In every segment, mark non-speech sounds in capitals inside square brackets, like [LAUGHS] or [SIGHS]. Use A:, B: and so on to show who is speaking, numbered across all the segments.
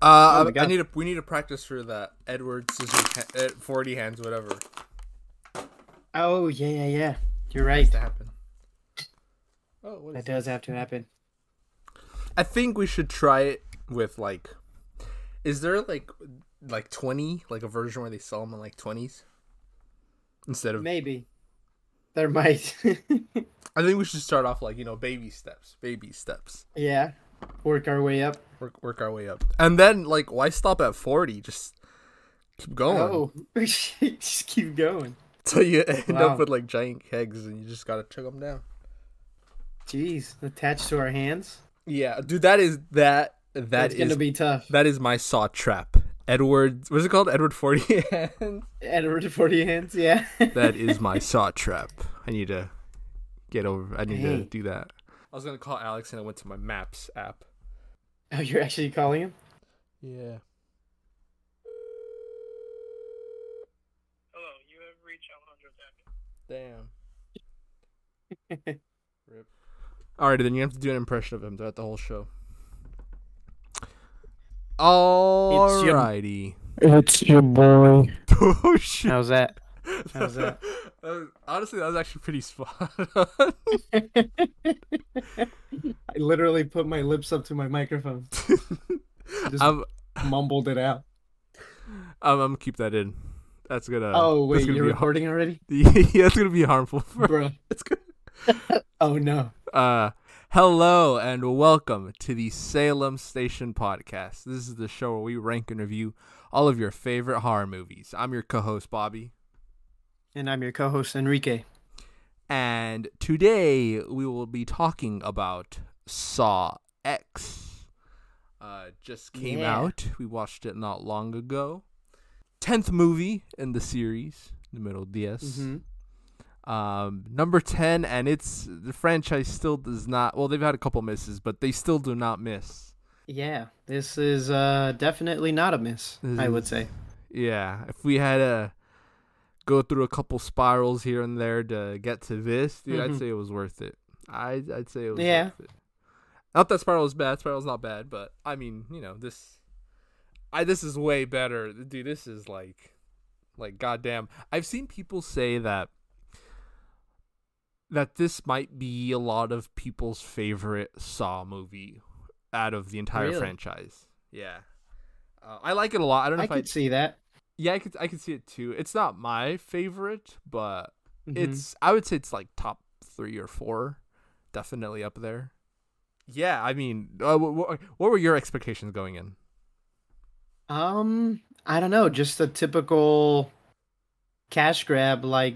A: Uh,
B: Oh my
A: I, I
B: God.
A: need a, we need to practice for that Edward scissors ha- uh, forty hands whatever
B: Oh yeah, yeah, yeah. You're
A: has
B: right.
A: to happen. Oh, what is
B: That does have to happen.
A: I think we should try it with like. Is there like like twenty like a version where they sell them in like twenties instead of?
B: Maybe. There might. [LAUGHS]
A: I think we should start off like you know baby steps, baby steps.
B: yeah. Work our way up.
A: Work work our way up, and then like why stop at forty? Just keep going
B: Oh, [LAUGHS] just keep going.
A: [LAUGHS] till you end
B: Wow.
A: up with like giant kegs, and you just gotta chug them down.
B: Jeez, attached to our hands.
A: Yeah, dude, that is that that
B: That's
A: is
B: gonna be tough.
A: that is my saw trap. Edward, what's it called? Edward [LAUGHS] Forty Hands.
B: Edward forty hands. Yeah.
A: That is [LAUGHS] my saw trap. I need to get over. I need
B: Hey.
A: to do that. I was gonna call Alex, and I went to my Maps app.
B: [LAUGHS] oh, you're actually calling him?
A: Yeah.
C: Hello, you have reached Alejandro Tapia.
A: Damn. Rip. All right, then you have to do an impression of him throughout the whole show.
B: your-
A: Alrighty.
D: It's your boy.
A: [LAUGHS] oh shit.
B: How's that? How's that?
A: [LAUGHS] That was- honestly, that was actually pretty spot on.
B: [LAUGHS] I literally put my lips up to my microphone,
A: [LAUGHS]
B: Just-
A: I'm,
B: mumbled it out.
A: I'm, I'm keep that in. That's gonna.
B: oh
A: that's
B: wait,
A: Uh, gonna
B: you're
A: be har- [LAUGHS]
B: recording already, [LAUGHS]
A: yeah, it's gonna be harmful for.
B: bro.
A: It's gonna.
B: Oh no.
A: Uh, hello and welcome to the Salem Station podcast. This is the show where we rank and review all of your favorite horror movies. I'm your co-host Bobby,
B: And I'm your co-host Enrique.
A: and today we will be talking about Saw X. Uh, just came
B: Yeah.
A: out. We watched it not long ago. Tenth movie in the series, the middle DS.
B: Mhm.
A: um, number 10 and it's the franchise still does not well they've had a couple misses but they still do not miss
B: Yeah, this is uh, definitely not a miss.
A: This
B: I would
A: is-
B: say.
A: yeah if we had to go through a couple spirals here and there to get to this dude i'd
B: Mhm.
A: say it was worth it I, i'd say it was
B: Yeah.
A: worth it not that spiral is bad spiral's not bad but i mean you know this i this is way better dude this is like like goddamn i've seen people say that that this might be a lot of people's favorite saw movie out of the entire
B: Really?
A: franchise yeah uh, i like it a lot i don't know
B: I
A: if i
B: could see that.
A: yeah i could i could see it too it's not my favorite but
B: Mhm.
A: it's i would say it's like top three or four definitely up there yeah i mean uh, what, what were your expectations going in
B: um I don't know, just a typical cash grab like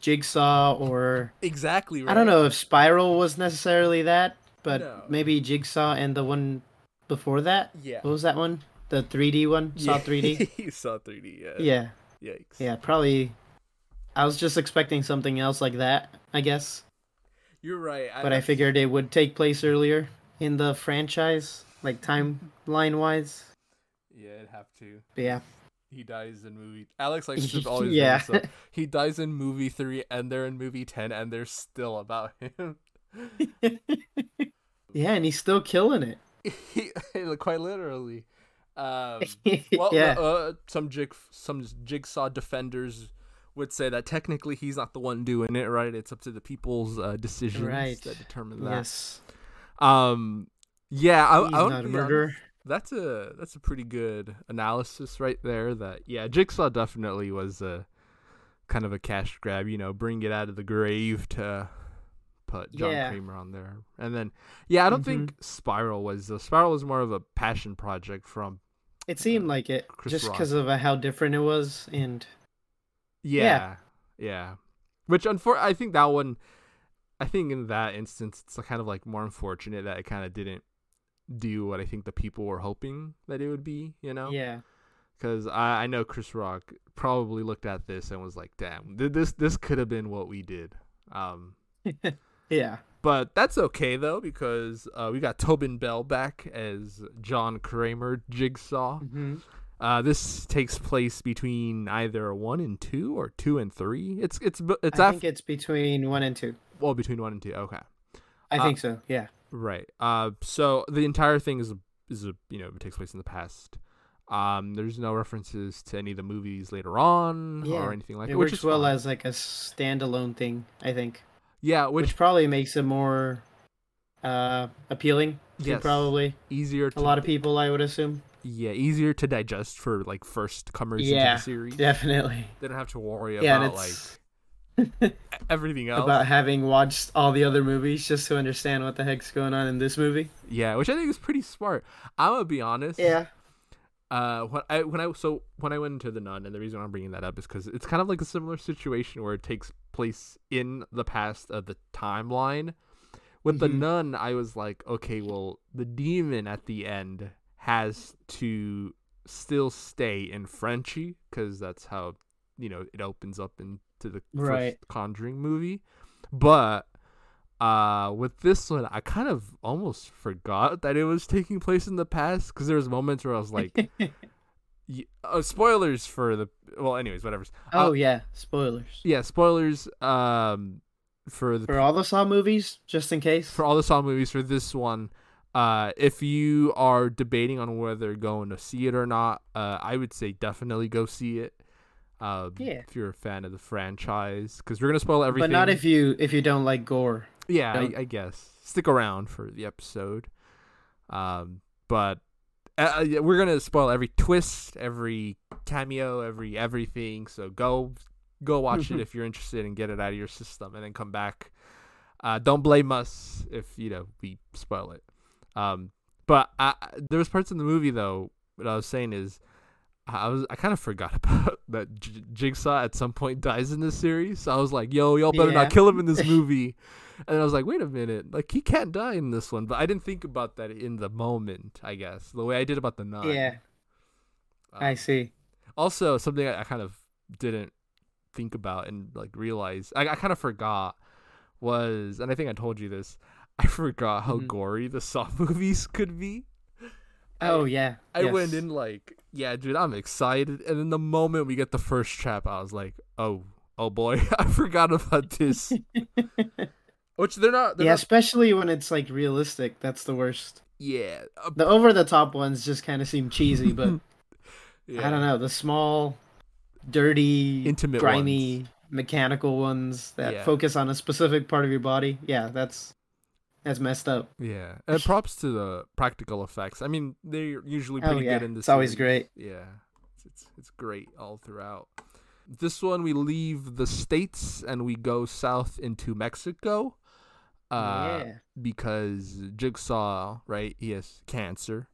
B: Jigsaw or
A: exactly
B: I don't know if Spiral was necessarily that, but
A: No.
B: maybe Jigsaw and the one before that.
A: yeah
B: What was that one? The 3D one? Saw 3D?
A: you saw 3d [LAUGHS] yeah
B: yeah.
A: yikes
B: Yeah, probably I was just expecting something else like that, I guess.
A: you're right
B: But I figured it would take place earlier in the franchise, like timeline wise.
A: yeah it'd have to
B: But yeah.
A: he dies in movie alex
B: [LAUGHS]
A: likes to always bring
B: Yeah.
A: this up. he dies in movie three and they're in movie 10 and they're still about him [LAUGHS]
B: Yeah, and he's still killing it. [LAUGHS]
A: he, [LAUGHS] quite literally um well,
B: yeah.
A: uh, uh, some jig some jigsaw defenders would say that technically he's not the one doing it, right? It's up to the people's uh, decisions
B: Right.
A: that determine that.
B: yes.
A: Um, yeah, I,
B: he's
A: I would
B: not
A: be
B: a
A: honest,
B: murderer.
A: That's a that's a pretty good analysis right there. That yeah, jigsaw definitely was a kind of a cash grab. You know, bring it out of the grave to put John
B: Yeah. Mm-hmm.
A: Kramer on there, and then yeah, I don't think Spiral was though. Spiral was more of a passion project from
B: It seemed like it,
A: Chris
B: just
A: Rock.
B: because of uh, how different it was, and
A: Yeah.
B: Yeah.
A: Yeah. Which unfor I think that one I think in that instance it's kind of like more unfortunate that it kind of didn't do what I think the people were hoping that it would be, you know?
B: yeah,
A: Cuz I I know Chris Rock probably looked at this and was like, "Damn, th- this this could have been what we did." Um
B: yeah,
A: but that's okay though because uh, we got Tobin Bell back as John Kramer Jigsaw.
B: hmm
A: Uh, this takes place between either one and two or two and three. It's it's bu- it's
B: I
A: af-
B: think it's between one and two.
A: well between one and two. Okay,
B: I
A: Uh,
B: think so. Yeah,
A: right. Uh, so the entire thing is is a you know it takes place in the past. Um, there's no references to any of the movies later on
B: Yeah.
A: or anything like
B: it
A: that. Which
B: works
A: is
B: well
A: fine.
B: as like a standalone thing, I think,
A: yeah,
B: which,
A: which,
B: probably makes it more uh, appealing to
A: Yes.
B: probably
A: easier to
B: a lot of people. I would assume.
A: yeah easier to digest for like first comers into
B: Yeah,
A: the series.
B: Definitely.
A: They don't have to worry
B: yeah, and
A: about like
B: it's
A: everything else.
B: about having watched all the other movies just to understand what the heck's going on in this movie.
A: Yeah, which I think is pretty smart. I'm gonna be honest. Uh, when I when I so when I went into the nun, and the reason I'm bringing that up is because it's kind of like a similar situation where it takes place in the past of the timeline. With the
B: Mhm.
A: nun, I was like, okay, well, the demon at the end has to still stay in Frenchie because that's how you know it opens up into the
B: Right.
A: first Conjuring movie. But uh, with this one, I kind of almost forgot that it was taking place in the past because there was moments where I was like, y- uh, spoilers for the well, anyways, whatever.
B: oh yeah, spoilers
A: Yeah, spoilers um for the
B: for all the Saw movies, just in case.
A: for all the Saw movies for this one. Uh, if you are debating on whether going to see it or not, uh, I would say definitely go see it. Uh,
B: Yeah.
A: If you're a fan of the franchise, because we're gonna spoil everything.
B: but not if you if you don't like gore.
A: Yeah,
B: Don't-
A: I, I guess stick around for the episode. Um, but uh, uh, yeah, we're gonna spoil every twist, every cameo, every everything. So go, go watch it if you're interested and get it out of your system, and then come back. Uh, don't blame us if you know we spoil it. Um, but I, I- there was parts in the movie though. What I was saying is, I was I kind of forgot [LAUGHS] about that J- Jigsaw at some point dies in this series. So I was like, yo, y'all better
B: Yeah.
A: not kill him in this movie. and I was like, wait a minute, like he can't die in this one. But I didn't think about that in the moment. I guess the way I did about the nun.
B: yeah,
A: Um,
B: I see.
A: also something I, I kind of didn't think about and like realize I, I kind of forgot was and I think I told you this [LAUGHS] I forgot how
B: Mhm.
A: gory the Saw [LAUGHS] movies could be.
B: Oh yeah,
A: I went
B: yes.
A: in like, yeah, dude, I'm excited, and then the moment we get the first trap, I was like, oh, oh boy, [LAUGHS] I forgot about this.
B: [LAUGHS]
A: Which they're not, they're
B: yeah,
A: not,
B: especially when it's like realistic. That's the worst.
A: yeah, uh,
B: The over the top ones just kind of
A: [LAUGHS]
B: seem cheesy, but
A: yeah.
B: I don't know. The small, dirty,
A: Intimate
B: grimy, mechanical ones that
A: Yeah.
B: focus on a specific part of your body. Yeah, that's that's messed up.
A: Yeah, and props to the practical effects. I mean, they're usually
B: Oh,
A: pretty
B: yeah.
A: good in this.
B: It's always
A: series. Yeah, it's, it's it's great all throughout. This one we leave the states and we go south into Mexico. Uh,
B: yeah.
A: because Jigsaw, right? He has cancer.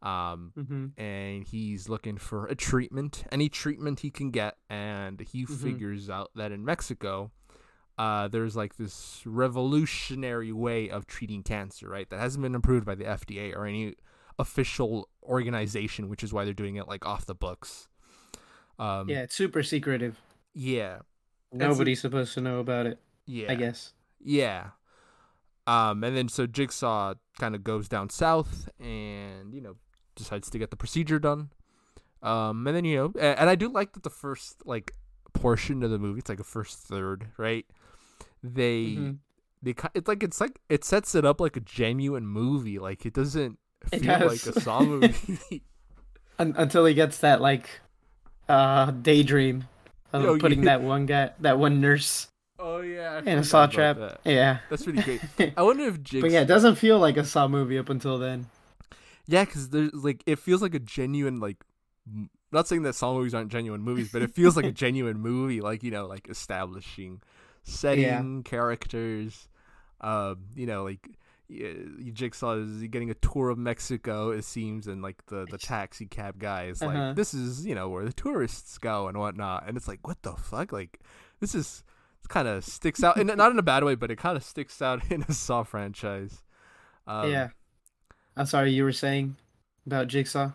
A: Um,
B: Mm-hmm.
A: and he's looking for a treatment, any treatment he can get, and he
B: Mhm.
A: figures out that in Mexico, uh, there's like this revolutionary way of treating cancer, right? That hasn't been approved by the FDA or any official organization, which is why they're doing it like off the books. Um,
B: Yeah, it's super secretive.
A: yeah, And so-
B: Nobody's supposed to know about it.
A: yeah.
B: I guess.
A: Yeah. Um, and then so Jigsaw kind of goes down south and, you know, decides to get the procedure done. Um, and then, you know, and, and I do like that the first, like, portion of the movie, it's like a first third, right? They,
B: Mhm.
A: they, ki- it's like, it's like, it sets it up like a genuine movie. Like, it doesn't
B: It
A: feel like
B: does.
A: a Saw
B: [LAUGHS]
A: movie.
B: Un- until he gets that like, uh, daydream of
A: Oh,
B: putting
A: yeah.
B: that one guy, that one nurse
A: oh, yeah. I
B: in a
A: forgot
B: saw
A: about
B: trap.
A: that.
B: Yeah.
A: That's pretty great.
B: [LAUGHS]
A: I wonder if Jigsaw.
B: But yeah, it doesn't feel like a Saw movie up until then.
A: Yeah, because there's like it feels like a genuine like. m- Not saying that Saw movies aren't genuine movies, but it feels
B: [LAUGHS]
A: like a genuine movie. Like you know, like establishing setting, characters. Um, you know, like y- y- Jigsaw is getting a tour of Mexico. It seems, and like the the taxi cab guy is
B: Uh-huh.
A: like, "This is you know where the tourists go and whatnot," and it's like, "What the fuck?" Like this is kind of sticks out, and
B: [LAUGHS]
A: not in a bad way, but it kind of sticks out [LAUGHS] in a Saw franchise. Um,
B: yeah. I'm sorry, you were saying about Jigsaw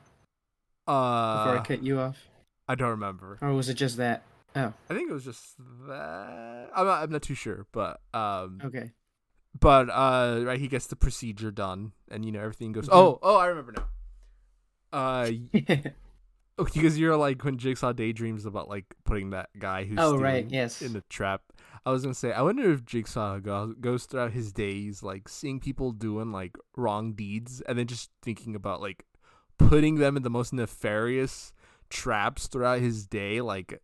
B: before
A: Uh,
B: I cut you off,
A: I don't remember.
B: or was it just that? Oh,
A: I think it was just that. I'm not, I'm not too sure, but um,
B: okay. [LAUGHS]
A: but uh, right, he gets the procedure done, and you know everything goes.
B: Mhm.
A: Oh, oh, I remember now. Uh, oh, because you're like when Jigsaw daydreams about like putting that guy who's
B: oh right,
A: stealing
B: yes.
A: in the trap. I was gonna say, I wonder if Jigsaw go- goes throughout his days like seeing people doing like wrong deeds and then just thinking about like putting them in the most nefarious traps throughout his day. Like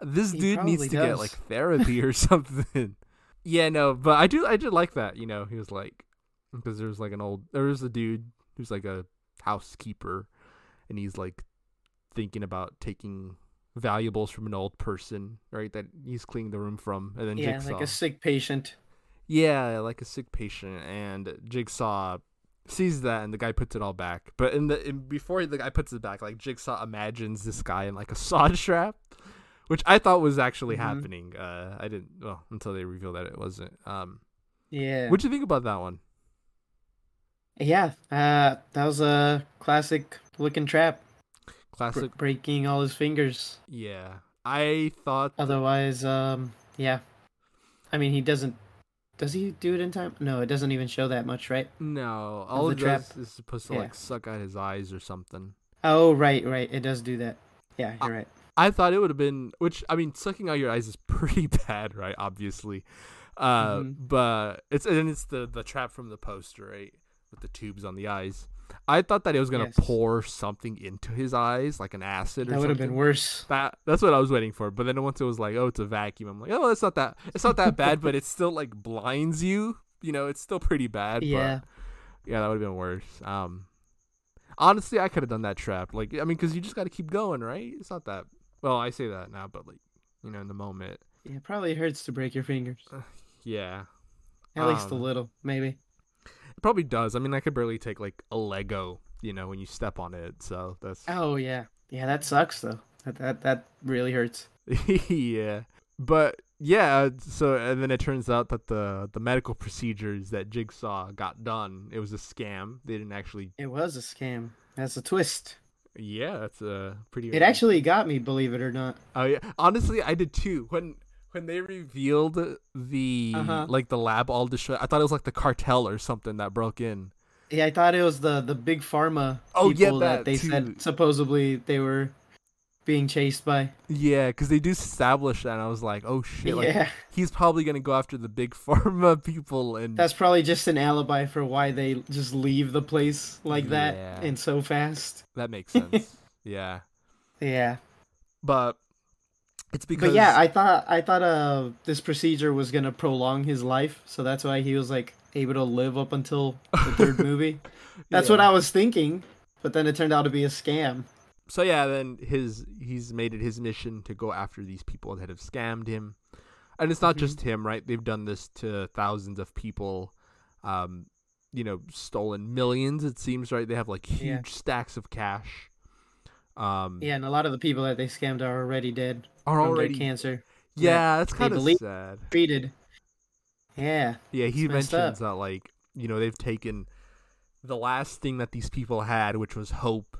A: this
B: He
A: dude needs
B: probably
A: to get
B: does.
A: like therapy or [LAUGHS] something. yeah, no, but I do, I did like that. You know, he was like, because there was like an old, there was a dude who's like a housekeeper, and he's like thinking about taking valuables from an old person, right? That he's cleaning the room from, and then
B: yeah,
A: Jigsaw.
B: like a sick patient.
A: yeah, like a sick patient, and Jigsaw sees that, and the guy puts it all back. But in the in, before the guy puts it back, like Jigsaw imagines this guy in like a [LAUGHS] saw trap, which I thought was actually
B: Mhm.
A: happening. Uh, I didn't well until they revealed that it wasn't. Um,
B: Yeah.
A: what'd you think about that one?
B: yeah. Uh, that was a classic looking trap. br-
A: Classic.
B: breaking all his fingers.
A: Yeah, I thought
B: Otherwise, um, yeah. I mean, he doesn't. Does he do it in time? No, it doesn't even show that much, right?
A: no. All
B: the
A: it does
B: trap.
A: is supposed to
B: Yeah.
A: like suck out his eyes or something.
B: Oh, right, right. It does do that. Yeah, you're right.
A: I thought it would have been, which I mean, sucking out your eyes is [LAUGHS] pretty bad, right? Obviously, uh,
B: Mhm.
A: but it's and it's the the trap from the poster, right, with the tubes on the eyes. I thought that it was gonna
B: Yes.
A: pour something into his eyes, like an acid. or
B: That would have been
A: something.
B: worse.
A: That that's what I was waiting for. But then once it was like, oh, it's a vacuum. I'm like, oh, it's not that. It's not that bad, but it still like blinds you. You know, it's still pretty bad.
B: Yeah.
A: But yeah, that would have been worse. Um, honestly, I could have done that trap. Like, I mean, because you just got to keep going, right? It's not that. Well, I say that now, but like, you know, in the moment,
B: Yeah, it probably hurts to break your fingers.
A: yeah,
B: At least a
A: Um,
B: little, maybe.
A: it probably does. I mean, I could barely take like a Lego. You know, when you step on it, so that's
B: Oh yeah, yeah. That sucks though. That that, that really hurts.
A: [LAUGHS] yeah. But yeah, uh, so and then it turns out that the the medical procedures that Jigsaw got done, it was a scam. They didn't actually.
B: It was a scam. That's a twist.
A: Yeah, that's a pretty.
B: It actually got me, believe it or not.
A: Oh yeah. Honestly, I did too. When when they revealed the
B: Uh-huh.
A: like the lab all destroyed, I thought it was like the cartel or something that broke in.
B: Yeah, I thought it was the the big pharma
A: Oh, yeah,
B: people
A: that
B: that they
A: too.
B: said supposedly they were being chased by.
A: Yeah, because they do establish that. And I was like, oh shit, like
B: [LAUGHS] yeah,
A: he's probably gonna go after the big [LAUGHS] pharma people and
B: that's probably just an alibi for why they just leave the place like that
A: Yeah.
B: and so fast.
A: that
B: [LAUGHS]
A: makes sense. yeah,
B: Yeah,
A: but it's because
B: but yeah, I thought I thought uh this procedure was gonna prolong his life, so that's why he was like able to live up until the
A: [LAUGHS]
B: third movie. That's what
A: Yeah.
B: I was thinking, but then it turned out to be a scam.
A: so yeah, then his he's made it his mission to go after these people that have scammed him, and it's not
B: Mhm.
A: just him, right? They've done this to thousands of people, um, you know, stolen millions. It seems right. They have like huge
B: Yeah.
A: stacks of cash. Um,
B: Yeah, and a lot of the people that they scammed are already dead
A: are
B: from their
A: already
B: cancer
A: yeah, that's
B: they
A: kind of
B: believe-
A: sad.
B: treated. Yeah.
A: Yeah, he
B: It's messed
A: mentions
B: up.
A: that like you know they've taken the last thing that these people had, which was hope,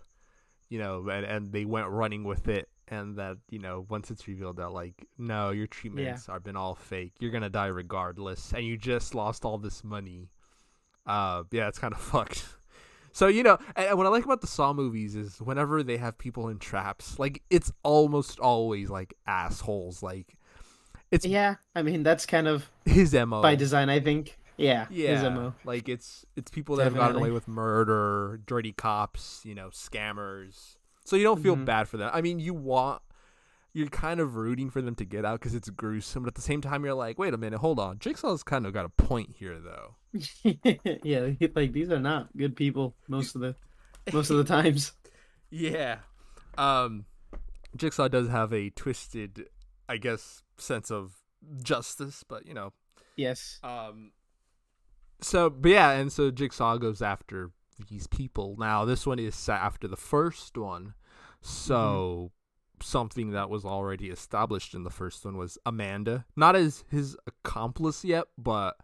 A: you know, and and they went running with it, and that you know once it's revealed that like no, your treatments are been all fake, you're gonna die regardless, and you just lost all this money. Uh, yeah, it's kind of [LAUGHS] fucked. So you know, and and what I like about the Saw movies is whenever they have people in traps, like it's almost always like assholes. Like It's-
B: Yeah, I mean that's kind of
A: his mo
B: by design, I think. Yeah,
A: yeah,
B: his MO.
A: like it's it's people that have gotten
B: Definitely.
A: away with murder, dirty cops, you know, scammers. So you don't feel
B: Mhm.
A: bad for them. I mean, you want you're kind of rooting for them to get out because it's gruesome, but at the same time, you're like, wait a minute, hold on, Jigsaw's kind of got a point here, though.
B: [LAUGHS] yeah, like these are not good people most of the most [LAUGHS] of the times.
A: Yeah, um, Jigsaw does have a twisted, I guess, sense of justice, but you know,
B: Yes.
A: Um. So, but yeah, and so Jigsaw goes after these people. Now, this one is set after the first one, so something that was already established in the first one was Amanda, not as his accomplice yet, but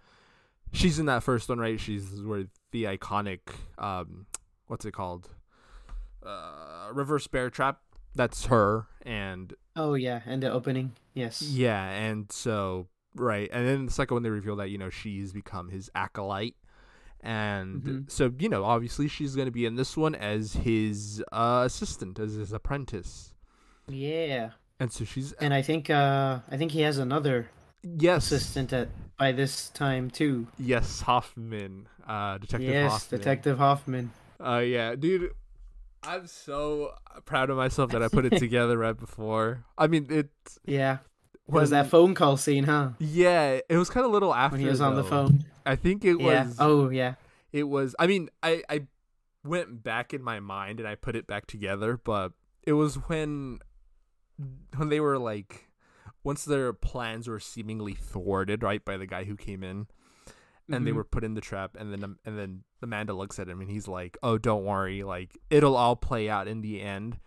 A: she's in that first one, right? She's where the iconic, um, what's it called, uh, reverse bear trap. That's her, and
B: Oh yeah, and the opening. Yes.
A: yeah, and so right, and then the second one they reveal that you know she's become his acolyte, and
B: Mhm.
A: so you know obviously she's going to be in this one as his uh, assistant, as his apprentice,
B: Yeah.
A: and so she's
B: And I think uh I think he has another
A: Yes,
B: assistant at by this time too.
A: yes, Hoffman, uh, Detective
B: yes,
A: Hoffman.
B: Detective Hoffman.
A: Uh, yeah, dude, I'm so proud of myself that I put
B: [LAUGHS]
A: it together right before. I mean, it
B: Yeah, was that phone call scene, huh?
A: Yeah, it was kind of little after
B: When he was on the
A: though.
B: phone.
A: I think it
B: yeah.
A: was.
B: Oh yeah.
A: it was i mean i i went back in my mind and i put it back together but it was when when they were like once their plans were seemingly thwarted right by the guy who came in and they
B: Mhm.
A: were put in the trap and then um, and then amanda looks at him and he's like oh don't worry like it'll all play out in the end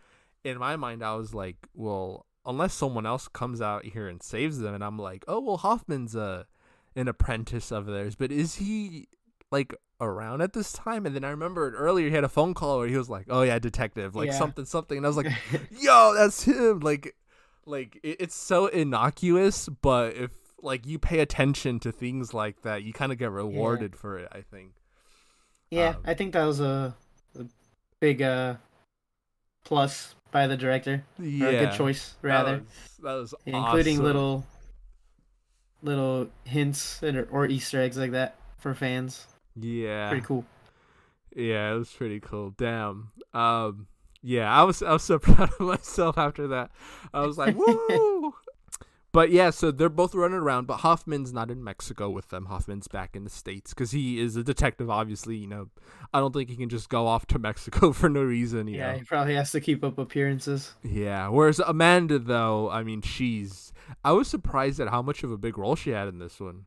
A: in my mind i was like well unless someone else comes out here and saves them and i'm like oh well hoffman's a an apprentice of theirs but is he like around at this time and then i remembered earlier he had a phone call where he was like oh yeah detective like
B: Yeah.
A: something something and i was
B: [LAUGHS]
A: like yo that's him like like it, it's so innocuous but if like you pay attention to things like that you kind of get rewarded for it i think
B: yeah,
A: um,
B: I think that was a, a big uh plus by the director.
A: yeah Um,
B: Or a good choice
A: That
B: rather.
A: was- that was,
B: including
A: awesome.
B: little little hints and, or Easter eggs like that for fans.
A: yeah
B: Pretty cool.
A: Yeah, it was pretty cool. Damn. Um, yeah, I was I was so [LAUGHS] proud of myself after that. I was like, woo! but yeah, so they're both running around, but Hoffman's not in Mexico with them. Hoffman's back in the states because he is a detective. Obviously, you know, I don't think he can just go off to Mexico [LAUGHS] for no reason. You
B: Yeah,
A: know?
B: he probably has to keep up appearances.
A: Yeah. Whereas Amanda, though, I mean, she's. I was surprised at how much of a big role she had in this one.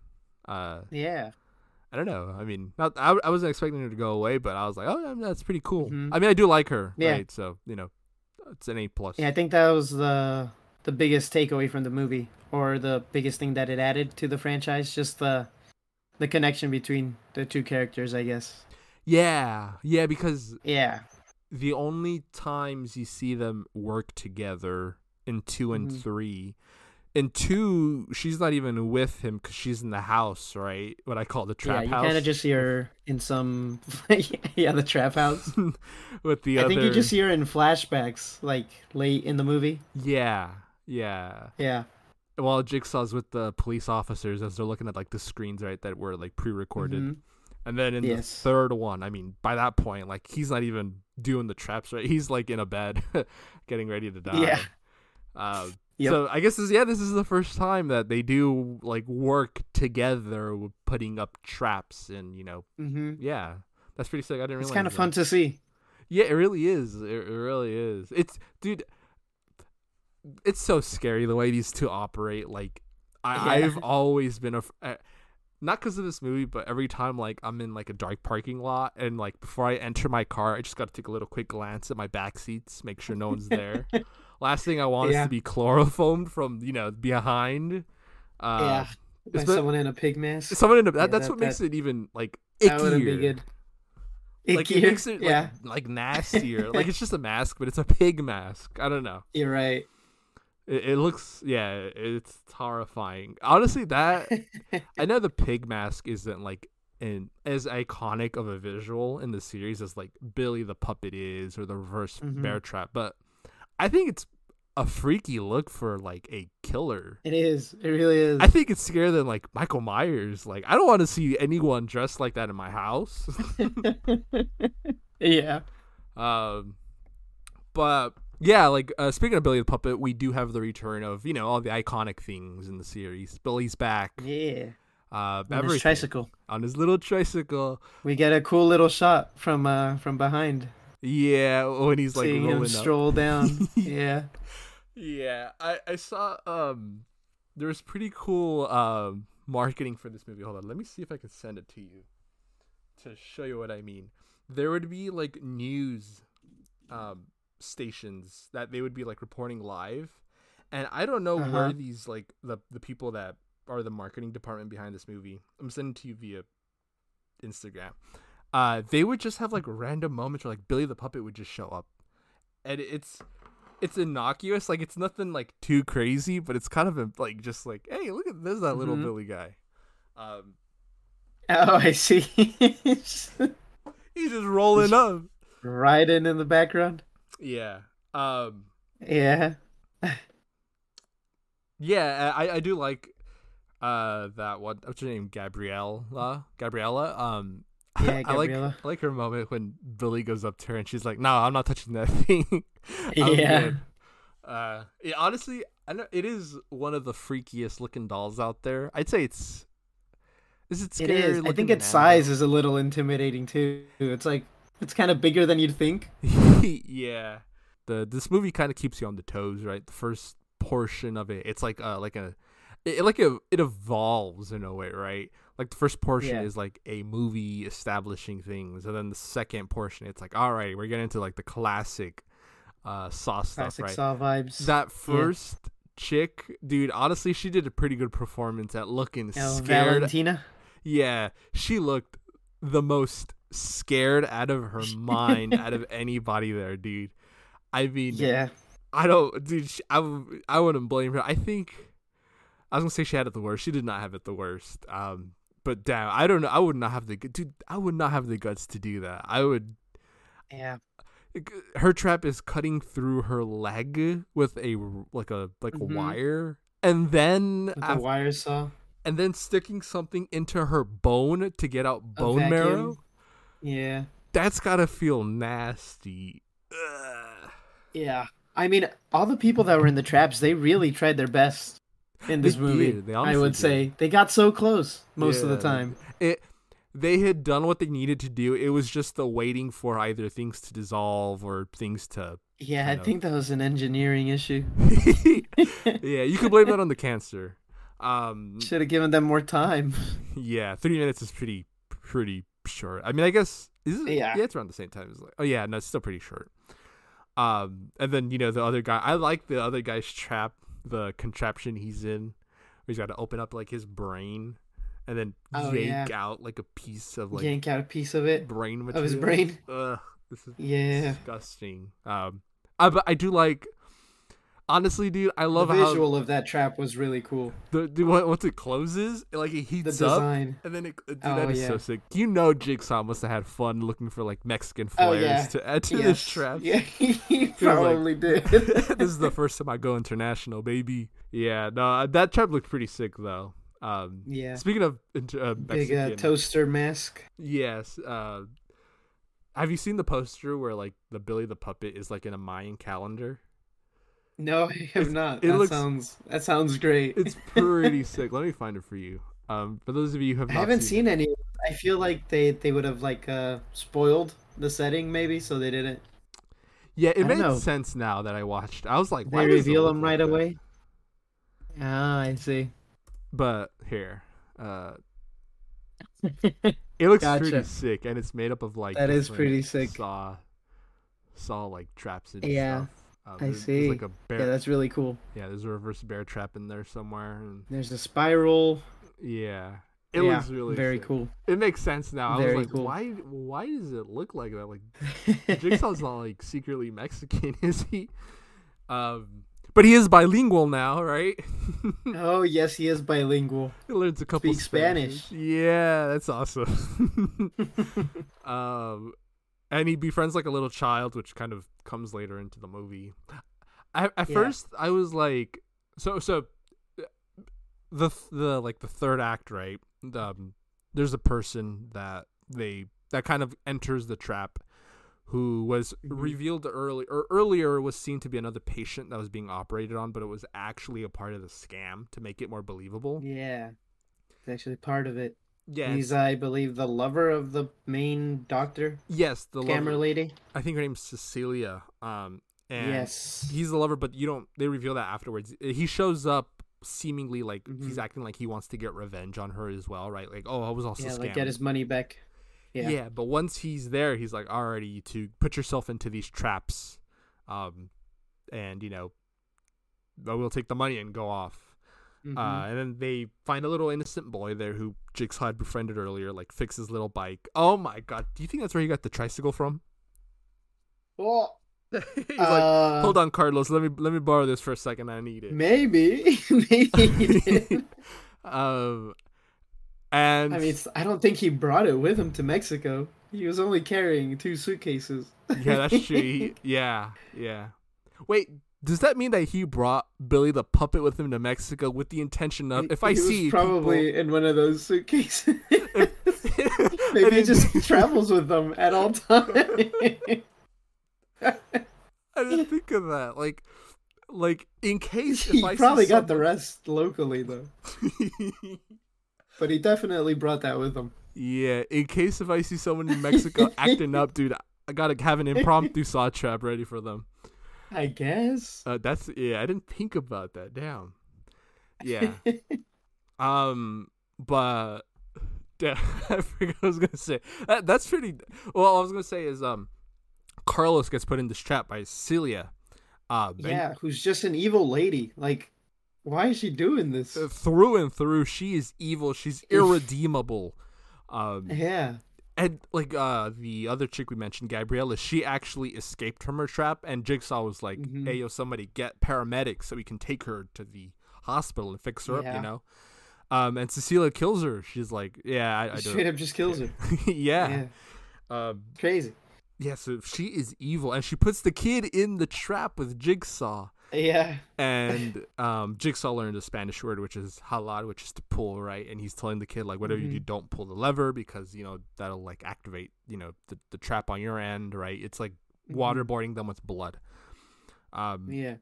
A: Uh,
B: Yeah.
A: I don't know. I mean, not I, I wasn't expecting her to go away, but I was like, oh, that's pretty cool.
B: Mhm.
A: I mean, I do like her,
B: Yeah.
A: right? So you know, it's an A plus.
B: Yeah, I think that was the the biggest takeaway from the movie or the biggest thing that it added to the franchise, just the the connection between the two characters, I guess.
A: yeah, yeah. Because
B: Yeah.
A: the only times you see them work together in two and
B: Mhm.
A: three, in two, she's not even with him because she's in the house, right? What I call the
B: Yeah,
A: trap
B: you
A: house.
B: kind of just see her in some [LAUGHS] yeah, [LAUGHS] the trap house.
A: with the
B: I
A: other.
B: think you just see her in flashbacks like late in the movie.
A: yeah, yeah.
B: Yeah.
A: While Jigsaw's with the police officers as they're looking at like the screens, right, that were like pre-recorded.
B: Mhm.
A: And then in the
B: Yes.
A: third one, I mean, by that point, like he's not even doing the traps right. He's like in a bed, [LAUGHS] getting ready to die.
B: Yeah.
A: Uh,
B: Yep.
A: So I guess this, yeah, this is the first time that they do like work together, with putting up traps, and you know,
B: Mhm.
A: yeah, that's pretty sick. I didn't.
B: It's
A: realize
B: kind of
A: that.
B: fun to see.
A: Yeah, it really is. It, it really is. It's dude. It's so scary the way these two operate. Like I,
B: Yeah.
A: I've always been a. Not because of this movie, but every time like I'm in like a dark parking lot and like before I enter my car, I just got to take a little quick glance at my back seats, make sure no one's
B: [LAUGHS]
A: there. Last thing I want is
B: Yeah.
A: to be chloroformed from you know behind. Uh,
B: yeah, by
A: it's been-
B: someone in a pig mask.
A: Someone in a, that,
B: Yeah,
A: that's
B: that-
A: what makes it even like ickier
B: That wouldn't be good.
A: like
B: Ickier,
A: it makes it like,
B: yeah, [LAUGHS]
A: like nastier. like it's just a mask, but it's a pig mask. I don't know.
B: you're right.
A: It, it looks yeah, it's horrifying. Honestly, that I know the pig mask isn't like an as iconic of a visual in the series as like Billy the Puppet is or the reverse
B: Mhm.
A: bear trap, but I think it's a freaky look for like a killer.
B: It is. It really is. [LAUGHS]
A: I think it's scarier than like Michael Myers. Like I don't want to see anyone dressed like that in my house. [LAUGHS]
B: yeah.
A: Um, but yeah, like uh, speaking of Billy the Puppet, we do have the return of you know all the iconic things in the series. Billy's back.
B: Yeah.
A: Uh,
B: On his
A: everything.
B: tricycle,
A: on his little tricycle.
B: we get a cool little shot from uh from behind,
A: Yeah, when he's like
B: seeing
A: rolling
B: him
A: up. [LAUGHS]
B: stroll down. yeah.
A: Yeah, I I saw um there was pretty cool um marketing for this movie. Hold on, let me see if I can send it to you to show you what I mean. There would be like news um stations that they would be like reporting live. And I don't know where
B: Uh-huh.
A: these like the the people that are the marketing department behind this movie. I'm sending it to you via Instagram. Uh they would just have like random moments where like Billy the Puppet would just show up. And it's it's innocuous. Like it's nothing like too crazy, but it's kind of like just like, hey, look at there's that little
B: Mhm.
A: Billy guy. Um,
B: Oh, I see. [LAUGHS]
A: he's just rolling up.
B: Riding in the background.
A: Yeah. Um,
B: Yeah.
A: yeah, I, I do like. uh that one what's her name Gabriella Gabriella um [LAUGHS]
B: Yeah,
A: I like
B: Gabriella.
A: I like her moment when Billy goes up to her and she's like no I'm not touching that [LAUGHS] thing I'm
B: Yeah. [LAUGHS]
A: good. uh it, honestly I know it is one of the freakiest looking dolls out there I'd say it's is it
B: It
A: scary
B: is. I think its size is a little intimidating too. It's like it's kind of bigger than you'd think.
A: [LAUGHS] yeah the this movie kind of keeps you on the toes right the first portion of it it's like uh like a it, it like a, it evolves in a way right like the first portion
B: Yeah.
A: is like a movie establishing things and then the second portion it's like all right we're getting into like the classic uh saw stuff
B: Classic
A: right
B: Saw vibes.
A: that first chick dude honestly she did a pretty good performance at looking
B: El
A: scared
B: Oh, Valentina.
A: yeah, she looked the most scared out of her mind out of anybody there, dude. I mean,
B: Yeah.
A: I don't, dude. She, I, w- I wouldn't blame her. I think I was gonna say she had it the worst. She did not have it the worst. Um, but damn, I don't know. I would not have the gu- dude. I would not have the guts to do that. I would.
B: Yeah.
A: Her trap is cutting through her leg with a r- like a like
B: Mhm.
A: a wire, and then
B: With
A: af-
B: the wire saw.
A: and then sticking something into her bone to get out bone marrow.
B: vacuum. Yeah.
A: That's gotta feel nasty. Ugh.
B: Yeah. I mean, all the people that were in the traps, they really tried their best in
A: They
B: this movie.
A: did. They
B: I
A: honestly
B: would
A: did.
B: say they got so close most of the
A: Yeah.
B: time.
A: It they had done what they needed to do. It was just the waiting for either things to dissolve or things
B: [LAUGHS]
A: to [LAUGHS]
B: Yeah, I
A: Kind of.
B: think that was an engineering issue.
A: Yeah, you could blame that on the cancer. Um
B: Should have given them more time. [LAUGHS]
A: yeah, 30 minutes is pretty pretty short. I mean, I guess is it, yeah.
B: Yeah.
A: it's around the same time as like. Oh yeah, no, it's still pretty short. Um, and then you know the other guy. I like the other guy's trap, the contraption he's in. Where he's got to open up like his brain, and then
B: Oh,
A: yank out like a piece of like
B: Yank out a piece of it.
A: brain material.
B: Of his brain.
A: Ugh, this is
B: Yeah.
A: disgusting. Um, I but I do like. Honestly, dude, I love
B: the
A: how
B: visual of that trap was really cool.
A: the, the once it closes, it, like it
B: The
A: heats up,
B: design.
A: and then it, uh, dude,
B: Oh,
A: that is so
B: yeah.
A: sick. You know, Jigsaw must have had fun looking for like Mexican
B: Oh,
A: flares
B: yeah.
A: to add to
B: Yes.
A: this trap.
B: [LAUGHS] Yeah, he
A: He was like, [LAUGHS]
B: probably
A: this
B: did.
A: is the first time I go international, baby. Yeah, no, uh, that trap looked pretty sick though. Um,
B: yeah.
A: Speaking of inter- uh,
B: Big
A: Mexican,
B: uh, toaster mask.
A: yes. Uh, have you seen the poster where like the Billy the puppet is like in a Mayan calendar?
B: No, [LAUGHS] I have not.
A: it
B: that
A: looks-
B: sounds that sounds great.
A: It's
B: [LAUGHS]
A: pretty sick. Let me find it for you. Um, for those of you who have
B: I
A: not
B: haven't
A: seen
B: seen any. I feel like they they would have like uh spoiled the setting maybe, so they didn't.
A: Yeah, it
B: I
A: made
B: know.
A: sense now that I watched. I was like,
B: They
A: why does it
B: reveal
A: look
B: them
A: like
B: right
A: that?
B: away. Ah, I see.
A: But here,
B: [LAUGHS]
A: uh, it looks pretty
B: Gotcha.
A: sick, and it's made up of like
B: That is
A: different
B: pretty sick.
A: Saw, saw like traps and
B: Yeah,
A: stuff. Um,
B: I
A: there's, there's, like
B: see.
A: a
B: Yeah,
A: bear. Yeah,
B: that's really cool.
A: there's a reverse bear trap in there somewhere. And
B: There's a spiral.
A: yeah, it
B: yeah,
A: looks really
B: very
A: sick.
B: cool.
A: It makes sense now. I
B: Very
A: was like,
B: cool.
A: why? Why does it look like that? Like Jigsaw's not like secretly Mexican, [LAUGHS] is he? Um, but he is bilingual now, right?
B: [LAUGHS] oh yes, he is bilingual.
A: He learns a couple
B: Speak Spanish.
A: Spanish. Yeah, that's awesome. [LAUGHS] um, and he befriends like a little child, which kind of comes later into the movie. I, at
B: Yeah.
A: first, I was like, so so, uh, the the like the third act, right? Um, there's a person that they that kind of enters the trap, who was
B: Mhm.
A: revealed early or earlier was seen to be another patient that was being operated on, but it was actually a part of the scam to make it more believable.
B: Yeah. It's actually part of it.
A: Yeah,
B: He's I believe the lover of the main doctor,
A: Yes, the
B: camera
A: lover.
B: lady.
A: I think her name's Cecilia. Um, and
B: Yes.
A: he's the lover, but you don't. They reveal that afterwards. He shows up seemingly like he's
B: Mhm.
A: acting like he wants to get revenge on her as well, right? Like, oh, I was also
B: yeah,
A: scammed.
B: like get his money back.
A: yeah.
B: Yeah.
A: but once he's there, he's like, alrighty, you two, put yourself into these traps, um, and you know, I will take the money and go off.
B: Mhm.
A: Uh, and then they find a little innocent boy there who Jigsaw had befriended earlier, like fix his little bike. Oh my god, do you think that's where he got the tricycle from?
B: well,
A: He's like,
B: Oh, uh,
A: hold on, Carlos, let me let me borrow this for a second. I need it.
B: Maybe, [LAUGHS] maybe.
A: [LAUGHS]
B: he did.
A: um, and [LAUGHS]
B: I mean, it's, I don't think he brought it with him to Mexico. He was only carrying two suitcases. [LAUGHS]
A: yeah, that's true. He- yeah, yeah. Wait, Does that mean that he brought Billy the puppet with him to Mexico with the intention of
B: [LAUGHS] He-
A: Uh, if I
B: he was
A: see
B: probably in one of those
A: [LAUGHS]
B: suitcases. [LAUGHS]
A: people, [LAUGHS]
B: Maybe he
A: and
B: just travels with them at all
A: [LAUGHS]
B: times.
A: I didn't think of that. Like, like in
B: [LAUGHS]
A: case if
B: he
A: I
B: probably
A: see
B: got the rest
A: [LAUGHS]
B: locally though,
A: someone-
B: but he definitely brought that with him.
A: yeah, in case if I see someone in Mexico acting up, dude, I gotta have
B: [LAUGHS]
A: an impromptu saw trap ready for them.
B: I [LAUGHS] guess.
A: Uh, that's yeah. I didn't think about that. Damn. Yeah. Um, but [LAUGHS] yeah, I forgot what I was gonna say. That, that's pretty. Well, all I was gonna say is um, Carlos gets put in this trap by Celia. Uh, and
B: yeah, who's just an evil lady. Like, why is she doing this?
A: through and through, she is evil. She's irredeemable. Um,
B: Yeah.
A: and like uh, the other chick we mentioned, Gabriella, she actually escaped from her trap, and Jigsaw was like,
B: Mhm.
A: "Hey, yo, somebody get paramedics so we can take her to the hospital and fix her up,"
B: Yeah.
A: you know. Um, and Cecilia kills her. She's like, "Yeah, I, I don't."
B: Straight up just kills her.
A: [LAUGHS] yeah. Um,
B: Crazy.
A: yeah, so she is evil, and she puts the kid in the trap with Jigsaw.
B: Yeah.
A: And um, Jigsaw learned a Spanish word, which is halal, which is to pull, right? And he's telling the kid, like, whatever you do, don't pull the lever because, you know, that'll, like, activate, you know, the, the trap on your end, right? It's like
B: Mhm.
A: waterboarding them with blood. Um,
B: Yeah.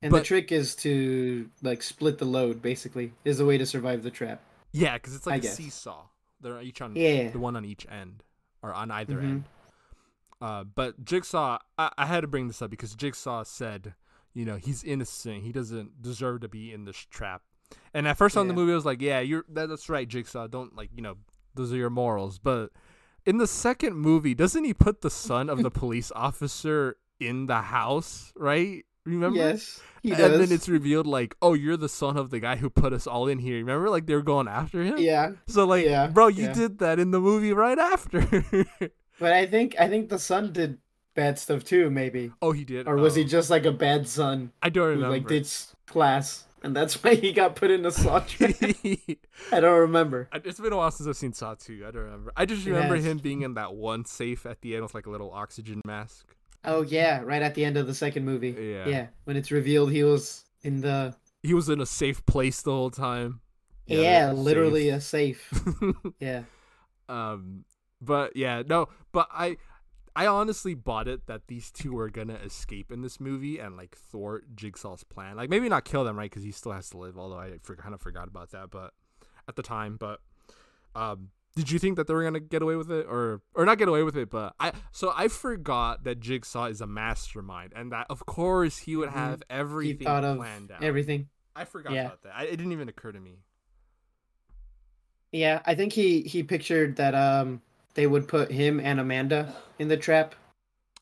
B: And the
A: But-
B: trick is to like split the load basically is the way to survive the trap.
A: yeah, because it's
B: I
A: like a
B: guess.
A: seesaw. They're each on,
B: Yeah.
A: the one on each end, or on either
B: Mhm.
A: end. Uh, but Jigsaw, I, I had to bring this up because Jigsaw said, you know, he's innocent. He doesn't deserve to be in this trap. And at first on the
B: Yeah.
A: movie, I was like, yeah, you're that, that's right, Jigsaw. Don't like, you know, those are your morals. But in the second movie, doesn't he put the son
B: [LAUGHS]
A: of the police officer in the house? Right? Remember?
B: Yes. He
A: [LAUGHS]
B: does.
A: And then it's revealed like, oh, you're the son of the guy who put us all in here. Remember? Like they were going after him.
B: yeah.
A: So like,
B: Yeah,
A: bro, you
B: yeah.
A: did that in the movie right after. [LAUGHS]
B: But I think I think the son did bad stuff too maybe.
A: oh, he did.
B: Or was
A: Oh.
B: he just like a bad son
A: I don't
B: who
A: remember.
B: like did s- class and that's [LAUGHS] why he got put in the slot
A: [LAUGHS]
B: trap? [LAUGHS] I don't remember.
A: it's been a while since I've seen Saw 2. I don't remember. I just remember
B: Yes.
A: him being in that one safe at the end with like a little oxygen mask.
B: Oh yeah, right at the end of the second movie.
A: Yeah.
B: Yeah, when it's revealed he was in the
A: He was in a safe place the whole time.
B: yeah,
A: they're
B: literally a safe.
A: [LAUGHS] safe.
B: Yeah.
A: um, but yeah, no, but I, I honestly bought it that these two are gonna escape in this movie and like thwart Jigsaw's plan. Like maybe not kill them, right? Because he still has to live. Although I for, kind of forgot about that, but at the time, but um, did you think that they were gonna get away with it, or or not get away with it? But I so I forgot that Jigsaw is a mastermind, and that of course he would
B: Mhm.
A: have
B: He
A: everything
B: thought of
A: planned out.
B: everything.
A: I forgot
B: yeah.
A: about that. I, it didn't even occur to me.
B: Yeah, I think he he pictured that um they would put him and Amanda in the trap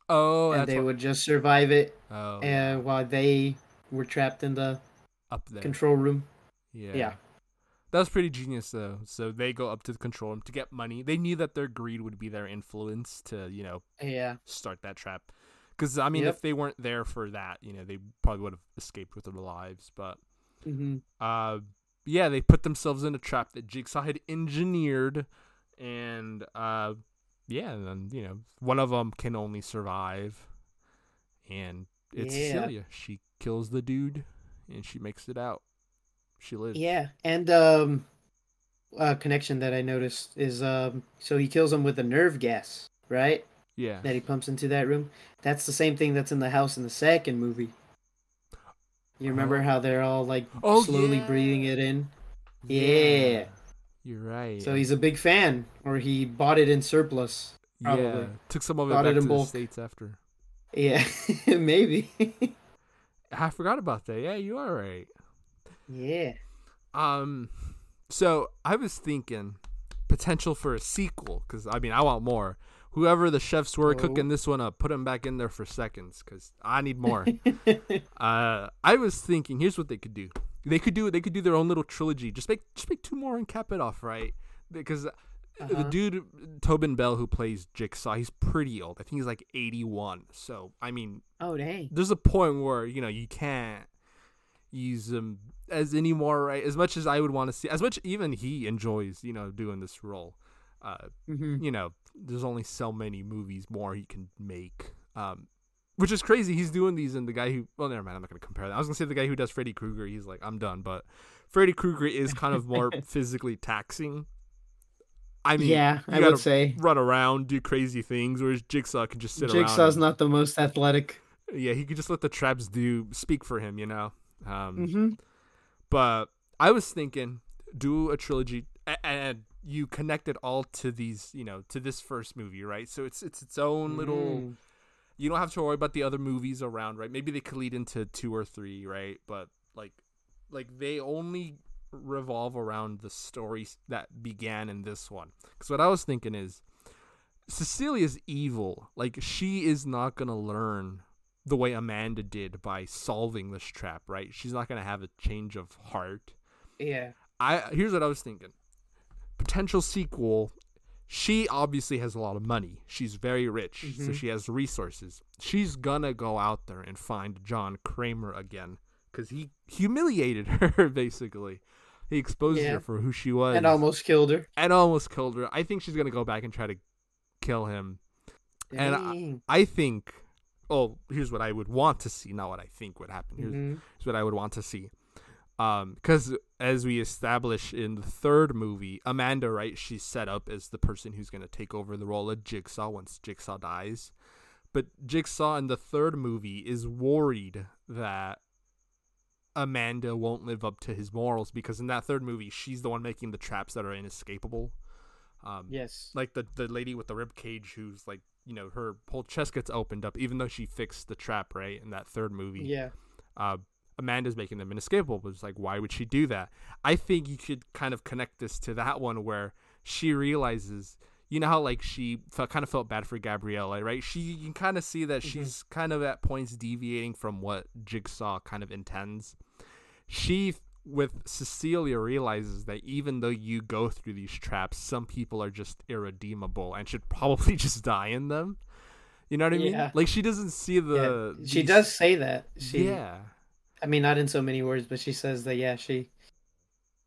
A: Oh,
B: and
A: that's
B: they
A: what-
B: would just survive it
A: oh,
B: uh, while they were trapped in the
A: up there.
B: control room.
A: Yeah.
B: Yeah.
A: That was pretty genius, though. So they go up to the control room to get money. They knew that their greed would be their influence to, you know,
B: Yeah.
A: start that trap. Because, I mean,
B: Yep.
A: if they weren't there for that, you know, they probably would have escaped with their lives. But,
B: hmm
A: uh, yeah, they put themselves in a trap that Jigsaw had engineered. And, uh, yeah, and then, you know, one of them can only survive. And it's
B: Yeah.
A: Celia. She kills the dude and she makes it out. She lives.
B: Yeah, and um a connection that I noticed is um so he kills him with a nerve gas, right?
A: Yeah.
B: That he pumps into that room. That's the same thing that's in the house in the second movie. You remember
A: Oh.
B: how they're all like
A: Oh,
B: slowly
A: yeah.
B: breathing it in? Yeah.
A: You're right.
B: So he's a big fan, or he bought it in surplus.
A: yeah.
B: probably
A: Took some of it
B: Got it
A: back
B: in
A: to the
B: bulk.
A: states after.
B: Yeah, [LAUGHS] maybe.
A: I forgot about that. Yeah, you are right.
B: yeah.
A: Um, so I was thinking potential for a sequel because I mean I want more. Whoever the chefs were
B: Oh.
A: cooking this one up, put them back in there for seconds because I
B: [LAUGHS]
A: need more. uh, I was thinking here's what they could do. They could do they could do their own little trilogy. Just make just make two more and cap it off, right? Because uh, the
B: Uh-huh.
A: dude Tobin Bell who plays Jigsaw, he's pretty old. I think he's like 81. So I mean,
B: Oh, dang.
A: there's a point where you know you can't use him as anymore right as much as i would want to see as much even he enjoys you know doing this role uh
B: hmm
A: you know there's only so many movies more he can make um which is crazy. He's doing these, and the guy who well, never mind. I'm not gonna compare that. I was gonna say the guy who does Freddy Krueger. He's like, I'm done. But Freddy Krueger is kind of more physically taxing. I mean,
B: yeah,
A: you
B: I
A: gotta
B: would say
A: run around, do crazy things, whereas Jigsaw can just sit around.
B: Jigsaw's
A: and-
B: not the most athletic.
A: yeah, he could just let the traps do speak for him, you know. Um,
B: hmm
A: But I was thinking, do a trilogy, a- and you connect it all to these, you know, to this first movie, right? So it's it's its own
B: Mm. Mm-hmm.
A: little. You don't have to worry about the other movies around, right? Maybe they collide into two or three, right? But like, like they only revolve around the stories that began in this one. Because what I was thinking is, Cecilia's evil. Like she is not gonna learn the way Amanda did by solving this trap, right? She's not gonna have a change of heart.
B: Yeah.
A: I here's what I was thinking. Potential sequel. She obviously has a lot of money. She's very rich, so
B: Mhm.
A: she has resources. She's gonna go out there and find John Kramer again because he humiliated [LAUGHS] her. Basically, he exposed
B: Yeah.
A: her for who she was
B: And almost killed her.
A: and almost killed her. I think she's gonna go back and try to kill him. And I-
B: Dang.
A: I think. Oh, here's what I would want to see, not what I think would happen. Here's,
B: Mhm.
A: is what I would want to see. Um, because as we establish in the third movie, Amanda, right, she's set up as the person who's going to take over the role of Jigsaw once Jigsaw dies. But Jigsaw in the third movie is worried that Amanda won't live up to his morals because in that third movie, she's the one making the traps that are inescapable. Um,
B: Yes.
A: like the the lady with the rib cage who's like, you know, her whole chest gets opened up, even though she fixed the trap, right, in that third movie
B: Yeah.
A: uh, Amanda's making them inescapable. But it's like, why would she do that? I think you could kind of connect this to that one where she realizes, you know, how like she felt, kind of felt bad for Gabriella, right? She you can kind of see
B: Mm-hmm.
A: that she's kind of at points deviating from what Jigsaw kind of intends. She with Cecilia realizes that even though you go through these traps, some people are just irredeemable and should probably [LAUGHS] just die in them. You know what I mean?
B: Yeah.
A: Like she doesn't see the
B: yeah. She
A: these-
B: does say that. She
A: yeah.
B: I mean not in so many words, but she says that yeah, she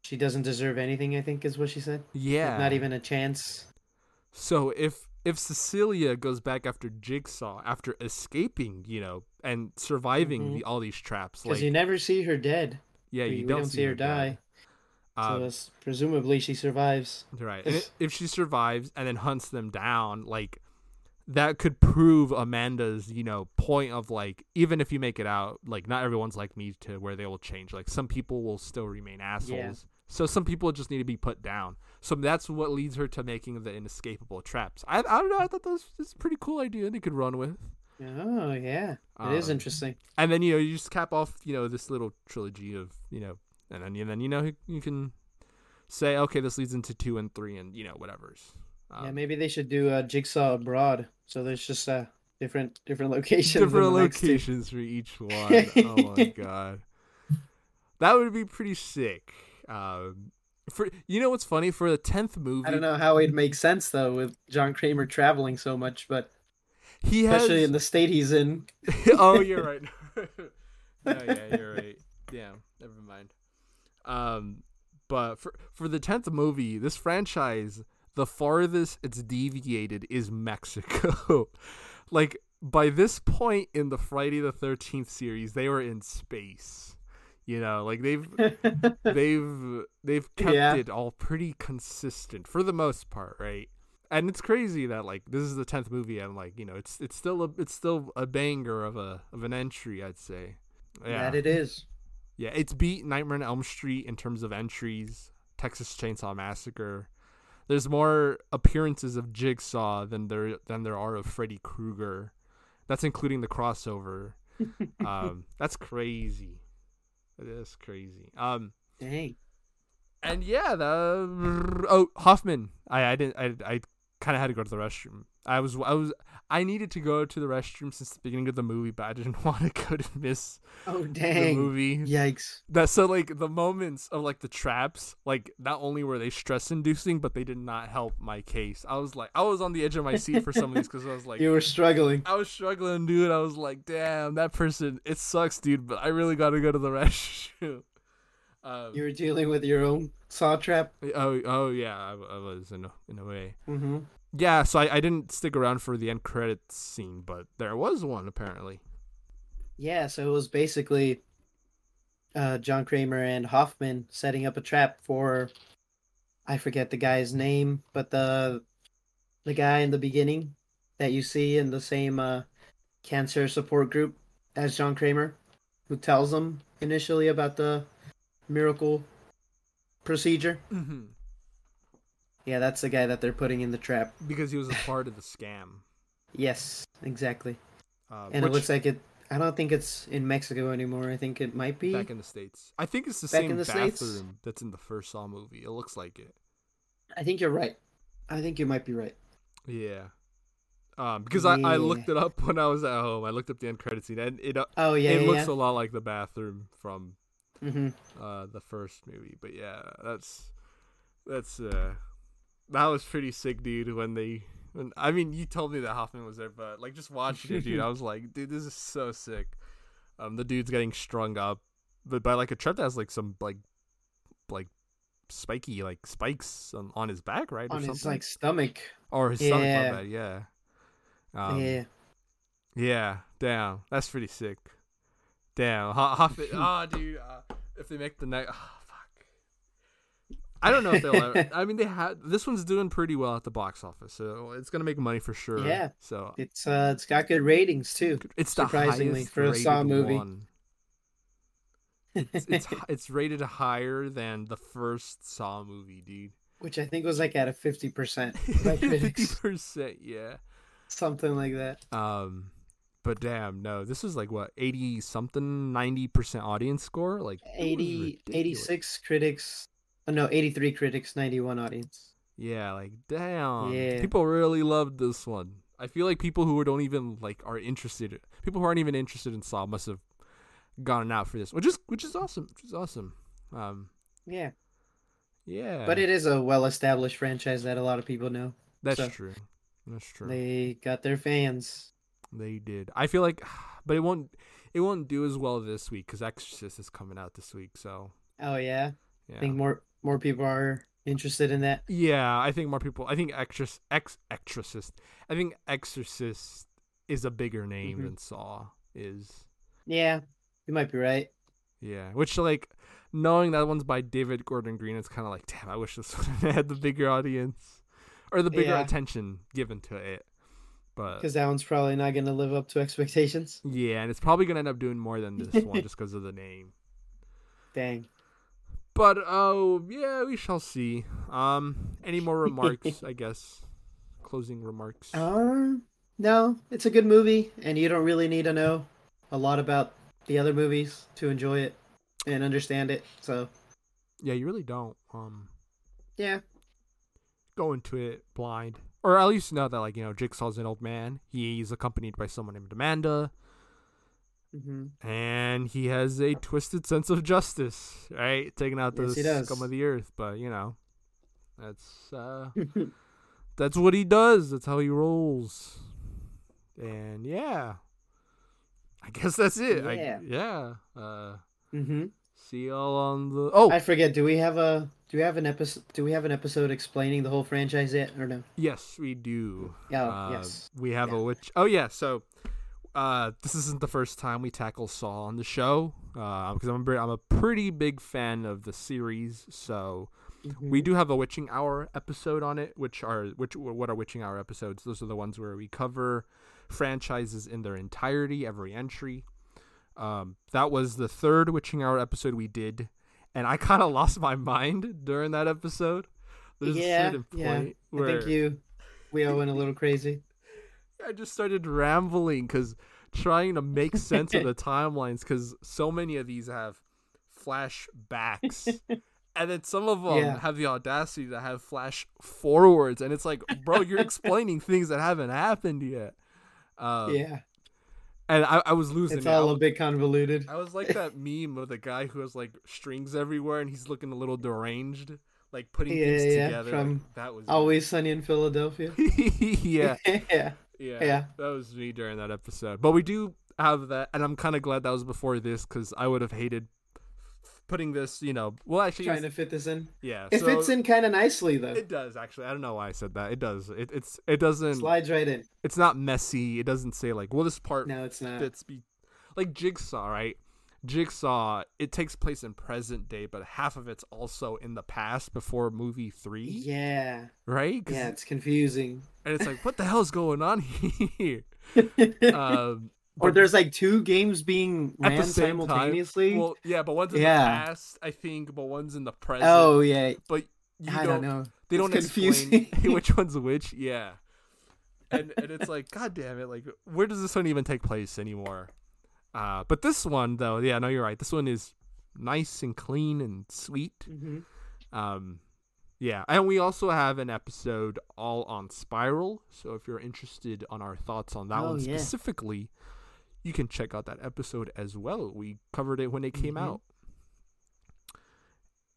B: she doesn't deserve anything, I think is what she said. Like,
A: Yeah.
B: Not even a chance.
A: So if if Cecilia goes back after Jigsaw after escaping, you know, and surviving
B: Mhm.
A: the, all these traps,
B: Because
A: like
B: you never see her dead.
A: yeah,
B: we-
A: you
B: we
A: don't, see her die.
B: So
A: Um,
B: it's- presumably she survives.
A: right. And i- if she survives and then hunts them down, like that could prove Amanda's, you know, point of like even if you make it out, like not everyone's like me to where they will change. Like some people will still remain assholes. So some people just need to be put down. So that's what leads her to making the inescapable traps. I, I don't know. I thought that was, that's a pretty cool idea they could run with.
B: Oh yeah. It is
A: Um,
B: interesting.
A: and then you know you just cap off you know this little trilogy of you know and then and then you know you- you can say okay this leads into two and three and you know whatever's um,
B: yeah, maybe they should do uh, Jigsaw abroad. So there's just uh, different different [LAUGHS] locations. in
A: different
B: the next two.
A: locations for
B: [LAUGHS]
A: each one. oh my god, that would be pretty sick. Um, for you know what's funny for the tenth movie,
B: I don't know how it makes sense though with John Kramer traveling so much, but
A: he has
B: especially in the state he's in. [LAUGHS]
A: [LAUGHS] oh, you're right. no, yeah, you're right. Yeah, never mind. Um, but for for the tenth movie, this franchise, the farthest it's deviated is Mexico. [LAUGHS] like by this point in the Friday the Thirteenth series, they were in space. You know, like they've they've they've kept
B: [LAUGHS] Yeah.
A: it all pretty consistent for the most part, right? And it's crazy that like this is the tenth movie and like you know it's it's still a it's still a banger of a of an entry, I'd say. Yeah,
B: That it is.
A: yeah, it's beat Nightmare on Elm Street in terms of entries. Texas Chainsaw Massacre. There's more appearances of Jigsaw than there than there are of Freddy Krueger. That's including the
B: [LAUGHS]
A: crossover. um, that's crazy. That's crazy. Um,
B: Dang.
A: and yeah, the oh Hoffman. I I didn't I I kind of had to go to the restroom. I was I was I needed to go to the restroom since the beginning of the movie, but I didn't [LAUGHS] want to go to miss
B: Oh
A: the
B: dang.
A: movie.
B: Yikes.
A: That so like the moments of like the traps, like not only were they stress inducing, but they did not help my case. I was like I was on the edge of my seat for some of these because I was like
B: You were struggling.
A: I was struggling, dude. I was like, damn, that person. It sucks, dude, but I really got to go to the [LAUGHS] restroom. Um,
B: You were dealing with your own saw trap.
A: Oh, oh yeah, I, I was in a, in a way.
B: Mm-hmm.
A: yeah, so I, I didn't stick around for the end credits scene, but there was one apparently.
B: Yeah, so it was basically uh, John Kramer and Hoffman setting up a trap for I forget the guy's name, but the the guy in the beginning that you see in the same uh, cancer support group as John Kramer, who tells them initially about the miracle procedure.
A: Mm-hmm.
B: Yeah, that's the guy that they're putting in the trap.
A: Because he was a part of the scam.
B: Yes, exactly.
A: Uh,
B: And
A: which-
B: it looks like it. I don't think it's in Mexico anymore. I think it might be.
A: back in the states. I think it's the
B: Back
A: same
B: in the
A: bathroom
B: States?
A: that's in the first Saw movie. It looks like it.
B: I think you're right. I think you might be right.
A: Yeah. Um, because I, I looked it up when I was at home. I looked up the end credit scene, and it uh,
B: Oh yeah,
A: it
B: yeah.
A: looks a lot like the bathroom from
B: yeah. hmm
A: uh, the first movie. But yeah, that's that's uh, that was pretty sick, dude. When they, when, I mean, you told me that Hoffman was there, but like just watching it, dude, I was like, dude, this is so sick. Um, the dude's getting strung up, but by like a trap that has like some like like spiky like spikes on, on his back, right, or
B: On
A: something,
B: his like stomach.
A: or his stomach.
B: yeah.
A: My bad, yeah. Um,
B: yeah.
A: yeah, damn, that's pretty sick. Damn, Ho-
B: [LAUGHS]
A: Hoffman. Ah, dude, uh, if they make the night, ah, fuck. I don't know if they'll.
B: [LAUGHS]
A: Ever, I mean, they had this one's doing pretty well at the box office, so it's gonna make money for sure.
B: Yeah.
A: So
B: It's uh, it's got good ratings too.
A: it's the
B: Surprisingly,
A: highest
B: for a Saw
A: rated
B: movie.
A: one. It's, it's hi- it's rated higher than the first Saw movie, dude.
B: [LAUGHS] Which I think was like at a fifty percent [LAUGHS]
A: [LAUGHS]
B: by
A: Fifty
B: critics,
A: percent, yeah.
B: something like that.
A: Um, but damn, no, this is like what eighty something, ninety percent audience score, like it was
B: 80,
A: ridiculous.
B: 86 critics. Oh, no, eighty three critics, ninety one audience.
A: Yeah, like damn,
B: Yeah.
A: people really loved this one. I feel like people who don't even like are interested, people who aren't even interested in Saw must have gone out for this, which is which is awesome, which is awesome. Um,
B: Yeah,
A: yeah,
B: but it is a well established franchise that a lot of people know.
A: that's
B: so-
A: true, that's true.
B: They got their fans.
A: They did. I feel like, [SIGHS] but it won't it won't do as well this week because Exorcist is coming out this week, so
B: Oh yeah,
A: yeah.
B: I think more more people are interested in that.
A: Yeah, I think more people. I think exorcist, ex exorcist. I think exorcist is a bigger name
B: Mhm.
A: than Saw is.
B: Yeah, you might be right.
A: Yeah, which like knowing that one's by David Gordon Green, it's kind of like, damn, I wish this [LAUGHS] one had the bigger audience or the bigger
B: Yeah.
A: attention given to it. But
B: because that one's probably not going to live up to expectations.
A: yeah, and it's probably gonna end up doing more than this one just because of the name.
B: Dang.
A: But oh yeah, we shall see. Um, any more remarks? I guess closing remarks.
B: Um, no, it's a good movie, and you don't really need to know a lot about the other movies to enjoy it and understand it. So
A: Yeah, you really don't. Um.
B: yeah,
A: go into it blind, or at least know that like you know Jigsaw's an old man. He's accompanied by someone named Amanda, [LAUGHS]
B: hmm
A: and he has a twisted sense of justice, right? Taking out the
B: Yes, he does.
A: scum of the earth, but you know, that's uh, that's what he does. That's how he rolls, and yeah, I guess that's it. I-
B: Yeah.
A: yeah. Uh,
B: hmm
A: see y'all on the oh
B: I forget. Do we have a do we have an episode? Do we have an episode explaining the whole franchise yet, or no?
A: yes we do.
B: Yeah.
A: Uh,
B: Oh, yes.
A: We have
B: Yeah.
A: a witch. Oh yeah. So uh, this isn't the first time we tackle Saw on the show because I'm a, br- I'm a pretty big fan of the series. So
B: Mm-hmm.
A: we do have a witching hour episode on it, which are which what are witching hour episodes? Those are the ones where we cover franchises in their entirety, every entry. Um, that was the third witching hour episode we did, and I [LAUGHS] kind of lost my mind during that episode. There's a
B: Yeah,
A: certain point
B: yeah. Mhm. I
A: where
B: think you. We all went a little crazy.
A: I just started rambling because trying to make sense
B: [LAUGHS]
A: of the timelines because so many of these have
B: [LAUGHS]
A: flashbacks. And then some of them
B: Yeah.
A: have the audacity to have flash forwards, and it's like, bro, you're explaining things that haven't happened yet. Um,
B: yeah,
A: And I, I was losing
B: it's
A: it.
B: all
A: I,
B: a bit convoluted.
A: I was like that meme of the guy who has like strings everywhere, and he's looking a little deranged, like putting
B: Yeah,
A: things
B: yeah,
A: together.
B: from
A: Like, that was me.
B: Always sunny in Philadelphia.
A: [LAUGHS]
B: [LAUGHS]
A: yeah.
B: yeah.
A: Yeah,
B: Yeah.
A: That was me during that episode. But we do have that, and I'm kind of glad that was before this because I would have hated putting this, you know, well, actually,
B: trying
A: it's,
B: to fit this in.
A: yeah,
B: It
A: so
B: fits in kind of nicely though.
A: It does actually. I don't know why I said that. It does. It, it's it doesn't.
B: Slides right in.
A: It's not messy. It doesn't say like, well, this part
B: No, it's not.
A: fits be like Jigsaw, right? Jigsaw. It takes place in present day, but half of it's also in the past before movie three,
B: Yeah,
A: right? 'Cause-
B: yeah, it's confusing.
A: And it's like, what the hell's going on [LAUGHS]
B: [LAUGHS]
A: here? [LAUGHS] Um,
B: or
A: but-
B: there's like two games being
A: At the
B: ran
A: same time,
B: simultaneously.
A: well, yeah, but one's in the
B: Yeah.
A: past, I think, but one's in the present.
B: oh yeah,
A: but you
B: I don't know.
A: they
B: It's
A: don't explain
B: confusing.
A: [LAUGHS] which one's which. Yeah, and and it's like, [LAUGHS] god damn it! Like, where does this one even take place anymore? Uh, but this one though, yeah, no, you're right. This one is nice and clean and sweet.
B: hmm
A: Um, yeah, and we also have an episode all on Spiral. So if you're interested on our thoughts on that
B: Oh,
A: one
B: yeah.
A: specifically, you can check out that episode as well. We covered it when it came
B: Mhm.
A: out.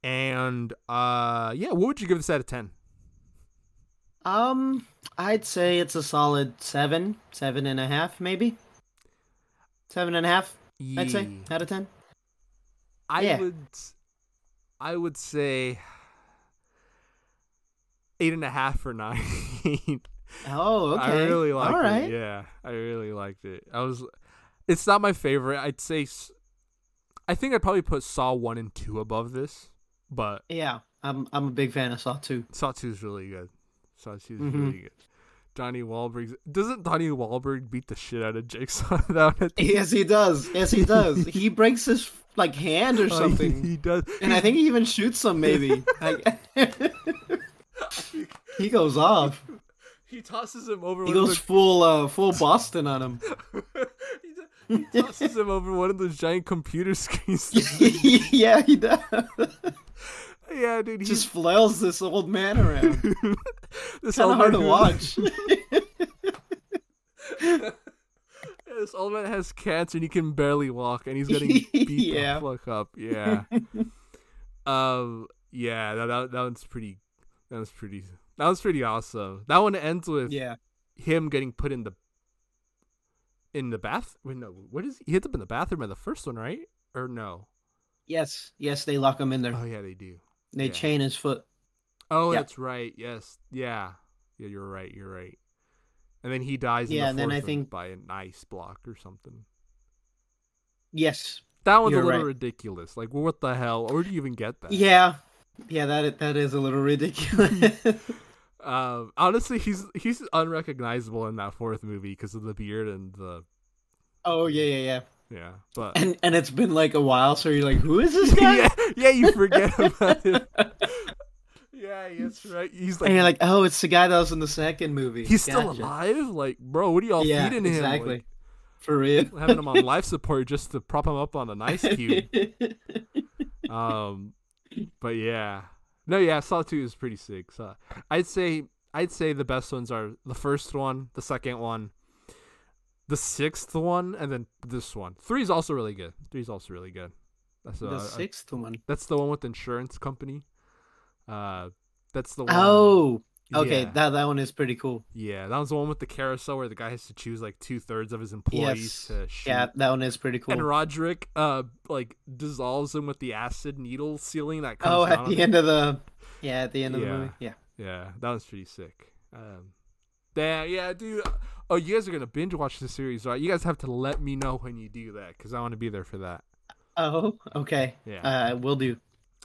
A: And uh, yeah, what would you give this out of ten?
B: Um, I'd say it's a solid seven, seven and a half, maybe. Seven and a half, I'd say,
A: Ye-
B: out of ten.
A: I
B: yeah.
A: would, I would say eight and a half or nine. [LAUGHS]
B: Oh, okay.
A: I really liked
B: All right.
A: it. Yeah, I really liked it. I was. It's not my favorite. I'd say. s- I think I'd probably put Saw one and two above this, but
B: Yeah, I'm I'm a big fan of Saw too.
A: Saw two is really good. Saw two is
B: Mhm.
A: really good. Donnie Wahlberg's doesn't Donnie Wahlberg beat the shit out of [LAUGHS] Jigsaw that one?
B: [LAUGHS] Yes, he does. Yes, he does.
A: [LAUGHS]
B: he breaks his like hand or
A: He,
B: [LAUGHS] something,
A: does.
B: and I think he even shoots some. Maybe
A: [LAUGHS]
B: I- [LAUGHS] he goes off.
A: He tosses him over.
B: He
A: one of
B: goes full uh, full Boston
A: [LAUGHS]
B: on him. [LAUGHS]
A: the, he, do- he tosses him over one of those giant computer [LAUGHS] screens.
B: yeah, he does.
A: yeah, dude. He's [LAUGHS]
B: Just flails this old man around.
A: this
B: Kind
A: old
B: of hard
A: man who-
B: to
A: [LAUGHS]
B: watch.
A: Yeah, This old man has cancer and he can barely walk,
B: [LAUGHS]
A: and he's getting beat the
B: Yeah.
A: fuck up.
B: [LAUGHS]
A: Yeah. um. Yeah. That, that that one's pretty. That was pretty. That was pretty awesome. That one ends with
B: yeah,
A: him getting put in the. In the bath. Wait, no. What is he ends up in the bathroom in the first one, right? Or no?
B: yes, yes, they lock him in there.
A: Oh yeah, they do.
B: They
A: yeah.
B: chain his foot.
A: Oh,
B: Yeah.
A: that's right. Yes. Yeah. Yeah. You're right. You're right. And then he dies. in
B: Yeah,
A: the
B: and then
A: fourth
B: I
A: one
B: think-
A: by an ice block or something.
B: Yes.
A: That one's
B: You're
A: a little
B: right.
A: ridiculous. Like, what the hell? Where do you even get that?
B: Yeah. Yeah, that i- that is a
A: [LAUGHS]
B: little ridiculous. [LAUGHS]
A: Um, honestly, he's he's unrecognizable in that fourth movie because of the beard and the
B: oh yeah, yeah, yeah.
A: yeah. But
B: And and it's been like a while, so you're like, who is this
A: [LAUGHS]
B: guy?
A: yeah, yeah, you
B: [LAUGHS]
A: forget about him. yeah, that's right. He's
B: And you're
A: like,
B: like, oh, it's the guy that was in the second movie.
A: he's still
B: Gotcha.
A: alive. Like, bro, what are y'all
B: Yeah,
A: feeding him?
B: exactly.
A: Like,
B: For real.
A: [LAUGHS] having him on life support just to prop him up on an
B: [LAUGHS]
A: ice cube. um but yeah no yeah saw 2 is pretty sick so i'd say i'd say the best ones are the first one the second one the sixth one and then this one three is also really good three is also really good that's, uh,
B: the sixth one.
A: that's the one with the insurance company uh that's the one
B: Oh, okay.
A: yeah.
B: That that one is pretty cool.
A: yeah that was the one with the carousel where the guy has to choose like two-thirds of his employees
B: Yes.
A: to shoot
B: Yeah, that one is pretty cool.
A: And Roderick, uh, like dissolves him with the acid needle ceiling that comes
B: oh,
A: down
B: at [LAUGHS]
A: on
B: the
A: him.
B: end of the yeah, at the end of
A: Yeah.
B: the movie. Yeah.
A: Yeah, that was pretty sick. Um, damn, yeah, dude. Oh, you guys are gonna binge watch the series, right? You guys have to let me know when you do that because I want to be there for that.
B: Oh, okay.
A: Yeah.
B: Uh, will do.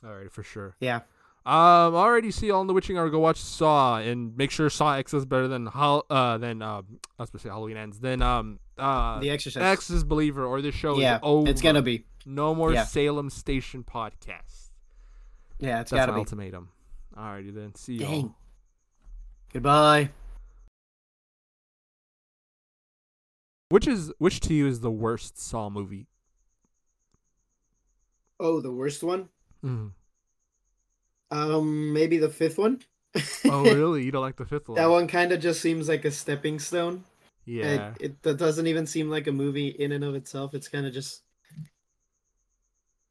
A: All right, for sure.
B: Yeah.
A: Um, already see all in the Witching Hour. Go watch Saw and make sure Saw X is better than Hol- uh than um I was supposed to say Halloween ends. Then um uh
B: The Exorcist.
A: X is Believer or this show
B: yeah,
A: is over.
B: it's gonna be.
A: no more
B: yeah.
A: Salem Station podcast.
B: Yeah, it's
A: That's
B: gotta
A: my
B: be.
A: ultimatum. Alrighty then. See you.
B: Dang. Goodbye.
A: Which is which to you is the worst Saw movie?
B: Oh, the worst one?
A: Mm.
B: Um, maybe the fifth one. [LAUGHS]
A: oh really? You don't like the fifth one?
B: that one kind of just seems like a stepping stone. It-
A: Yeah.
B: It, that doesn't even seem like a movie in and of itself. It's kind of just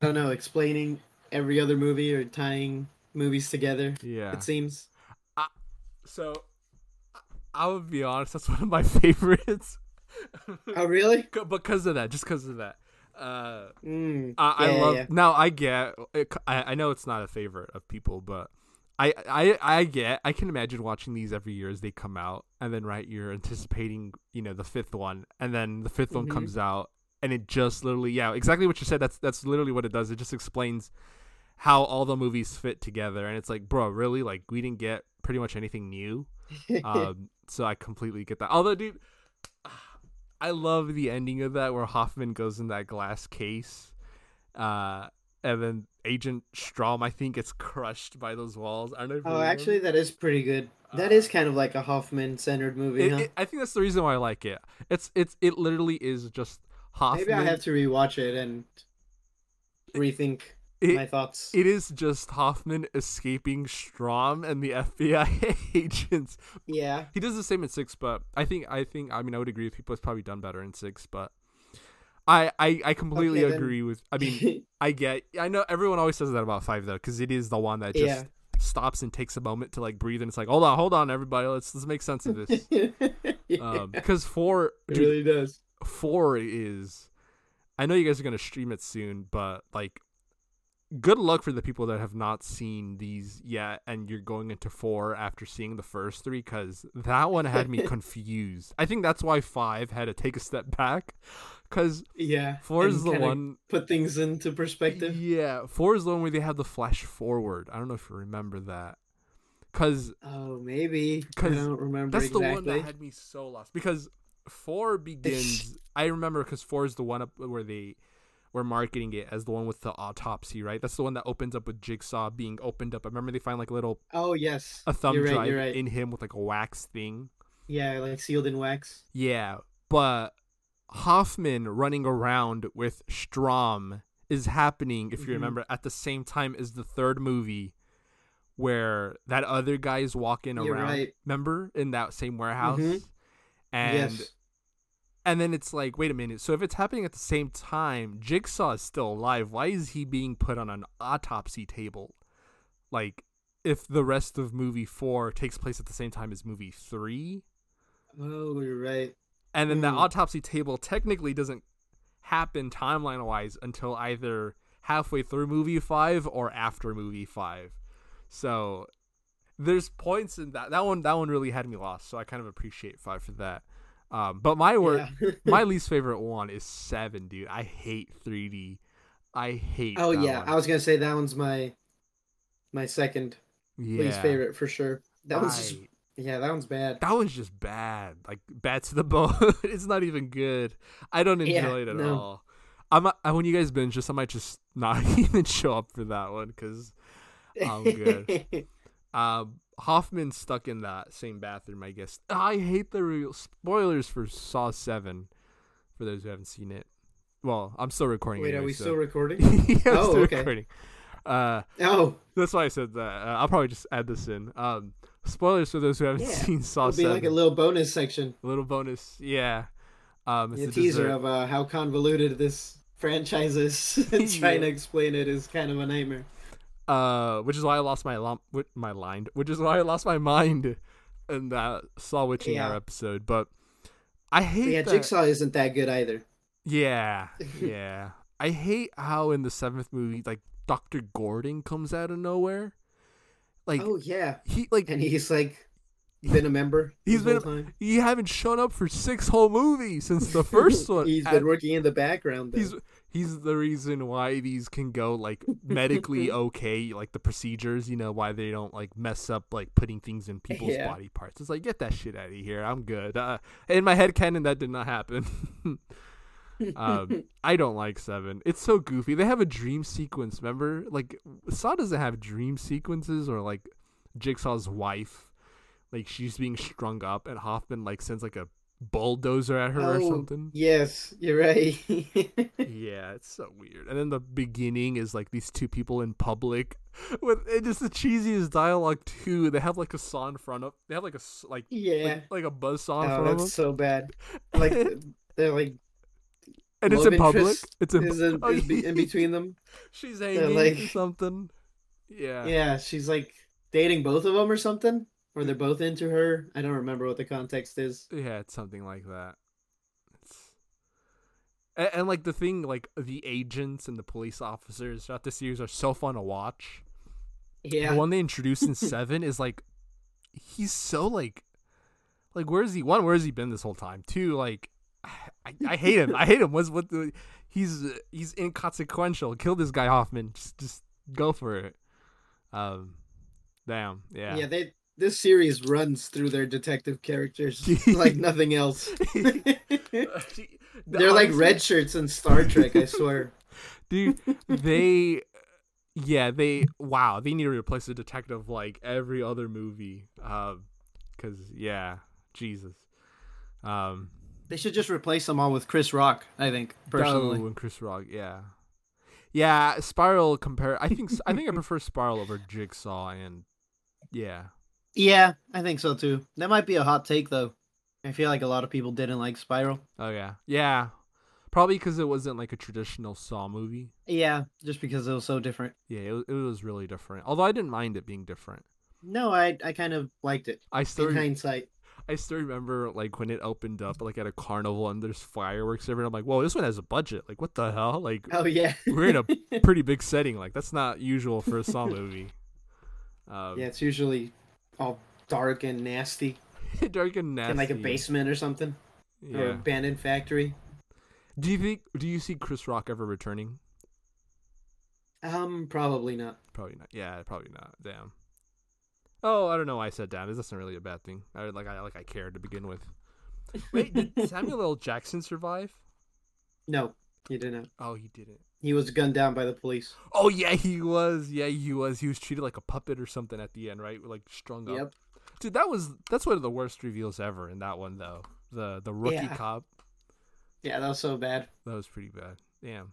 B: I don't know, explaining every other movie or tying movies together.
A: yeah.
B: It seems.
A: so I- I would be honest, that's one of my [LAUGHS] favorites.
B: Oh, really?
A: C- because of that, just because of that. Uh, [LAUGHS]
B: Mm.
A: I, I
B: Yeah,
A: love
B: yeah.
A: now. I get. I, I know it's not a favorite of people, but I, I I get. I can imagine watching these every year as they come out, and then right you're anticipating you know the fifth one, and then the 5th one
B: Mhm.
A: comes out, and it just literally yeah exactly what you said. That's that's literally what it does. It just explains how all the movies fit together, and it's like bro, really like we didn't get pretty much anything new. Um, so I completely get that. Although, dude, [SIGHS] I love the ending of that where Hoffman goes in that glass case, uh, and then Agent Strom, I think, gets crushed by those walls. I don't know. if you
B: [LAUGHS] oh,
A: remember.
B: actually, that is pretty good. That
A: Uh,
B: is kind of like a Hoffman centered movie,
A: It-
B: huh?
A: it- I think that's the reason why I like it. It's it's it literally is just Hoffman.
B: Maybe I have to rewatch it and rethink
A: It-
B: my thoughts.
A: it is just Hoffman escaping Strom and the FBI [LAUGHS] agents.
B: yeah.
A: He does the same in six, but I think I think I mean I would agree with people. It's probably done better in six, but I I, I completely
B: Okay, then.
A: agree with. I
B: [LAUGHS]
A: mean, I get. I know everyone always says that about five though, because it is the one that just
B: Yeah.
A: stops and takes a moment to like breathe, and it's like, hold on, hold on, everybody, let's let's make sense of
B: [LAUGHS]
A: this. Um,
B: Yeah,
A: Because four,
B: it
A: uh, dude,
B: really does.
A: four is. I know you guys are gonna stream it soon, but like, good luck for the people that have not seen these yet, and you're going into four after seeing the first three, because that one had
B: [LAUGHS]
A: me confused. I think that's why five had to take a step back, because
B: Yeah.
A: four
B: and
A: is the
B: kinda
A: one
B: Put things into perspective.
A: yeah, four is the one where they have the flash forward. I don't know if you remember that, because
B: Oh, maybe. I
A: 'Cause
B: don't remember
A: that's
B: exactly.
A: the one that had me so lost. Because four
B: [LAUGHS]
A: begins. I remember because four is the one up where they were marketing it as the one with the autopsy, right? That's the one that opens up with Jigsaw being opened up. I remember they find like a little
B: Oh, yes.
A: a thumb
B: you're right,
A: drive
B: You're right.
A: in him with like a wax thing.
B: Yeah, like sealed in wax.
A: Yeah, but Hoffman running around with Strom is happening, if you
B: Mhm.
A: remember, at the same time as the third movie where that other guy is walking
B: You're
A: around.
B: right.
A: Remember? In that same warehouse.
B: Mhm.
A: And
B: yes.
A: and then it's like, wait a minute. So if it's happening at the same time, Jigsaw is still alive. Why is he being put on an autopsy table? Like if the rest of movie 4 takes place at the same time as movie 3,
B: Oh, you're right.
A: and then the
B: Hmm.
A: autopsy table technically doesn't happen timeline wise until either halfway through movie five or after movie five. So there's points in that that one that one really had me lost. So I kind of appreciate five for that. Um, but my wor-
B: Yeah. [LAUGHS]
A: my least favorite one is seven, dude. I hate 3D. I hate.
B: oh
A: that
B: yeah,
A: one.
B: I was gonna say that one's my my second least
A: Yeah.
B: favorite for sure. That one's just,
A: I-
B: yeah, that one's [LAUGHS] bad.
A: that one's just bad, like bad to the [LAUGHS] bone. it's not even good. I don't enjoy
B: Yeah,
A: it at
B: no.
A: all. I'm I, when you guys binge this, I might just [LAUGHS] not even show up for that one because I'm oh, good. um, Hoffman's stuck in that same bathroom. I guess Ah, I hate the real spoilers for Saw Seven. For those who haven't seen it, well, I'm still recording.
B: Wait, are
A: anyway,
B: we
A: so-
B: still
A: [LAUGHS]
B: recording?
A: yeah, I'm
B: Oh,
A: still
B: okay.
A: recording. Uh,
B: Oh,
A: that's why I said that. Uh, I'll probably just add this in. Um, spoilers for those who haven't
B: Yeah,
A: seen Saw
B: [LAUGHS] it'll be
A: Seven.
B: like a little bonus section,
A: A little bonus, yeah. Um, it's
B: a
A: a
B: teaser
A: dessert.
B: of uh, how convoluted this [LAUGHS]
A: [LAUGHS]
B: franchise is. [LAUGHS] and trying to explain it is kind of a nightmare.
A: uh, which is why I lost my lump, wi- my line, which is why I lost my mind in that Saw Witching
B: Yeah.
A: Hour episode. But I
B: But
A: hate
B: yeah,
A: that-
B: Jigsaw isn't that good either.
A: [LAUGHS]
B: [LAUGHS]
A: Yeah, yeah. I hate how in the seventh movie, like Doctor Gordon comes out of nowhere. Like
B: oh yeah,
A: he, like
B: [LAUGHS] and he's like been a member.
A: He's been-
B: this whole time.
A: he haven't shown up for six whole movies since the first one.
B: [LAUGHS] He's
A: and-
B: been working in the background. Though.
A: he's he's the reason why these can go like
B: [LAUGHS]
A: medically okay, like the procedures, you know, why they don't like mess up like putting things in people's
B: Yeah.
A: body parts. It's like get that shit out of here. I'm good. Uh, in my head canon that did not happen. [LAUGHS]
B: [LAUGHS]
A: um, I don't like 7. It's so goofy. They have a dream sequence, remember? Like Saw doesn't have dream sequences or like Jigsaw's wife like she's being strung up and Hoffman like sends like a bulldozer at her or
B: Oh,
A: something.
B: Yes, you're right. [LAUGHS]
A: Yeah, it's so weird. And then the beginning is like these two people in public [LAUGHS] with it just the cheesiest dialogue too. They have like a saw in front of they have like a s- like
B: yeah.
A: like, like a buzz saw in
B: Oh,
A: front of them,
B: that's so bad. Like
A: [LAUGHS]
B: they're like
A: and it's
B: love
A: in public.
B: interest
A: It's in,
B: is in,
A: [LAUGHS] oh,
B: is be- in between them.
A: She's hanging
B: like-
A: or something. Yeah.
B: Yeah, she's like dating both of them or something, or they're both into her. I don't remember what the context is.
A: yeah, it's something like that. It's... And, and like the thing, like the agents and the police officers throughout the series are so fun to watch.
B: Yeah.
A: The one they introduced
B: [LAUGHS]
A: in seven is like he's so like like where's he one, where's he been this whole time? Two, like [SIGHS] I, I hate him. I hate him. What's what the he's he's inconsequential. Kill this guy Hoffman. Just just go for it. Um damn,
B: yeah. [LAUGHS]
A: yeah. [LAUGHS]
B: They this series runs through their detective
A: [LAUGHS]
B: characters like nothing else. [LAUGHS] They're like red shirts in Star Trek, I swear.
A: dude they yeah they wow they need to replace the detective like every other movie um because yeah jesus um
B: They should just replace them all with Chris Rock, I think, personally.
A: Doe and chris rock yeah yeah spiral compare i think i think i prefer spiral over jigsaw and yeah
B: Yeah, I think so too. That might be a hot take though. I feel like a lot of people didn't like Spiral.
A: oh yeah yeah probably because it wasn't like a traditional saw movie
B: Yeah, just because it was so different.
A: yeah it, was- it was really different although i didn't mind it being different
B: No, I I kind of liked it
A: i still
B: in hindsight.
A: I still remember like when it opened up like at a carnival and there's fireworks everywhere. I'm like, whoa, this one has a budget. Like, what the hell? Like,
B: Oh yeah.
A: we're in a
B: [LAUGHS]
A: pretty big setting. Like, that's not usual for a Saw movie. Um, [LAUGHS]
B: Yeah, it's usually all dark and nasty,
A: dark and nasty.
B: in like a basement or something, or
A: Yeah.
B: abandoned factory.
A: Do you think? Do you see Chris Rock ever returning?
B: Um, probably not.
A: Probably not. Yeah, probably not. Damn. Oh, I don't know why I said damn. That's not really a bad thing. I like I like I cared to begin with. Wait, did
B: [LAUGHS]
A: Samuel L. Jackson survive?
B: No, he didn't.
A: Oh, he didn't.
B: He was gunned down by the police.
A: Oh yeah, he was. Yeah, he was. He was treated like a puppet or something at the end, right? Like strung up.
B: Yep.
A: Dude, that was that's one of the worst reveals ever in that one though. The the rookie
B: Yeah.
A: cop.
B: Yeah, that was so bad.
A: That was pretty bad. Damn.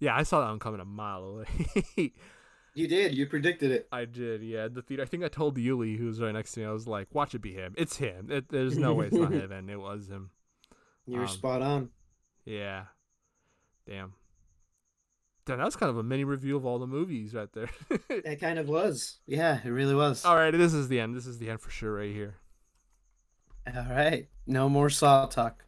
A: Yeah, I saw that one coming a mile away. [LAUGHS]
B: You did. You predicted it.
A: I did, yeah. at The theater. I think I told Yuli, who was right next to me, I was like, "Watch it be him. It's him. It, there's no way it's not him." And it was him.
B: You were
A: Um,
B: spot on.
A: Yeah. Damn. Damn, that was kind of a mini review of all the movies right there. [LAUGHS]
B: That kind of was. Yeah, it really was.
A: all right, this is the end. This is the end for sure, right here.
B: All right. No more saw talk.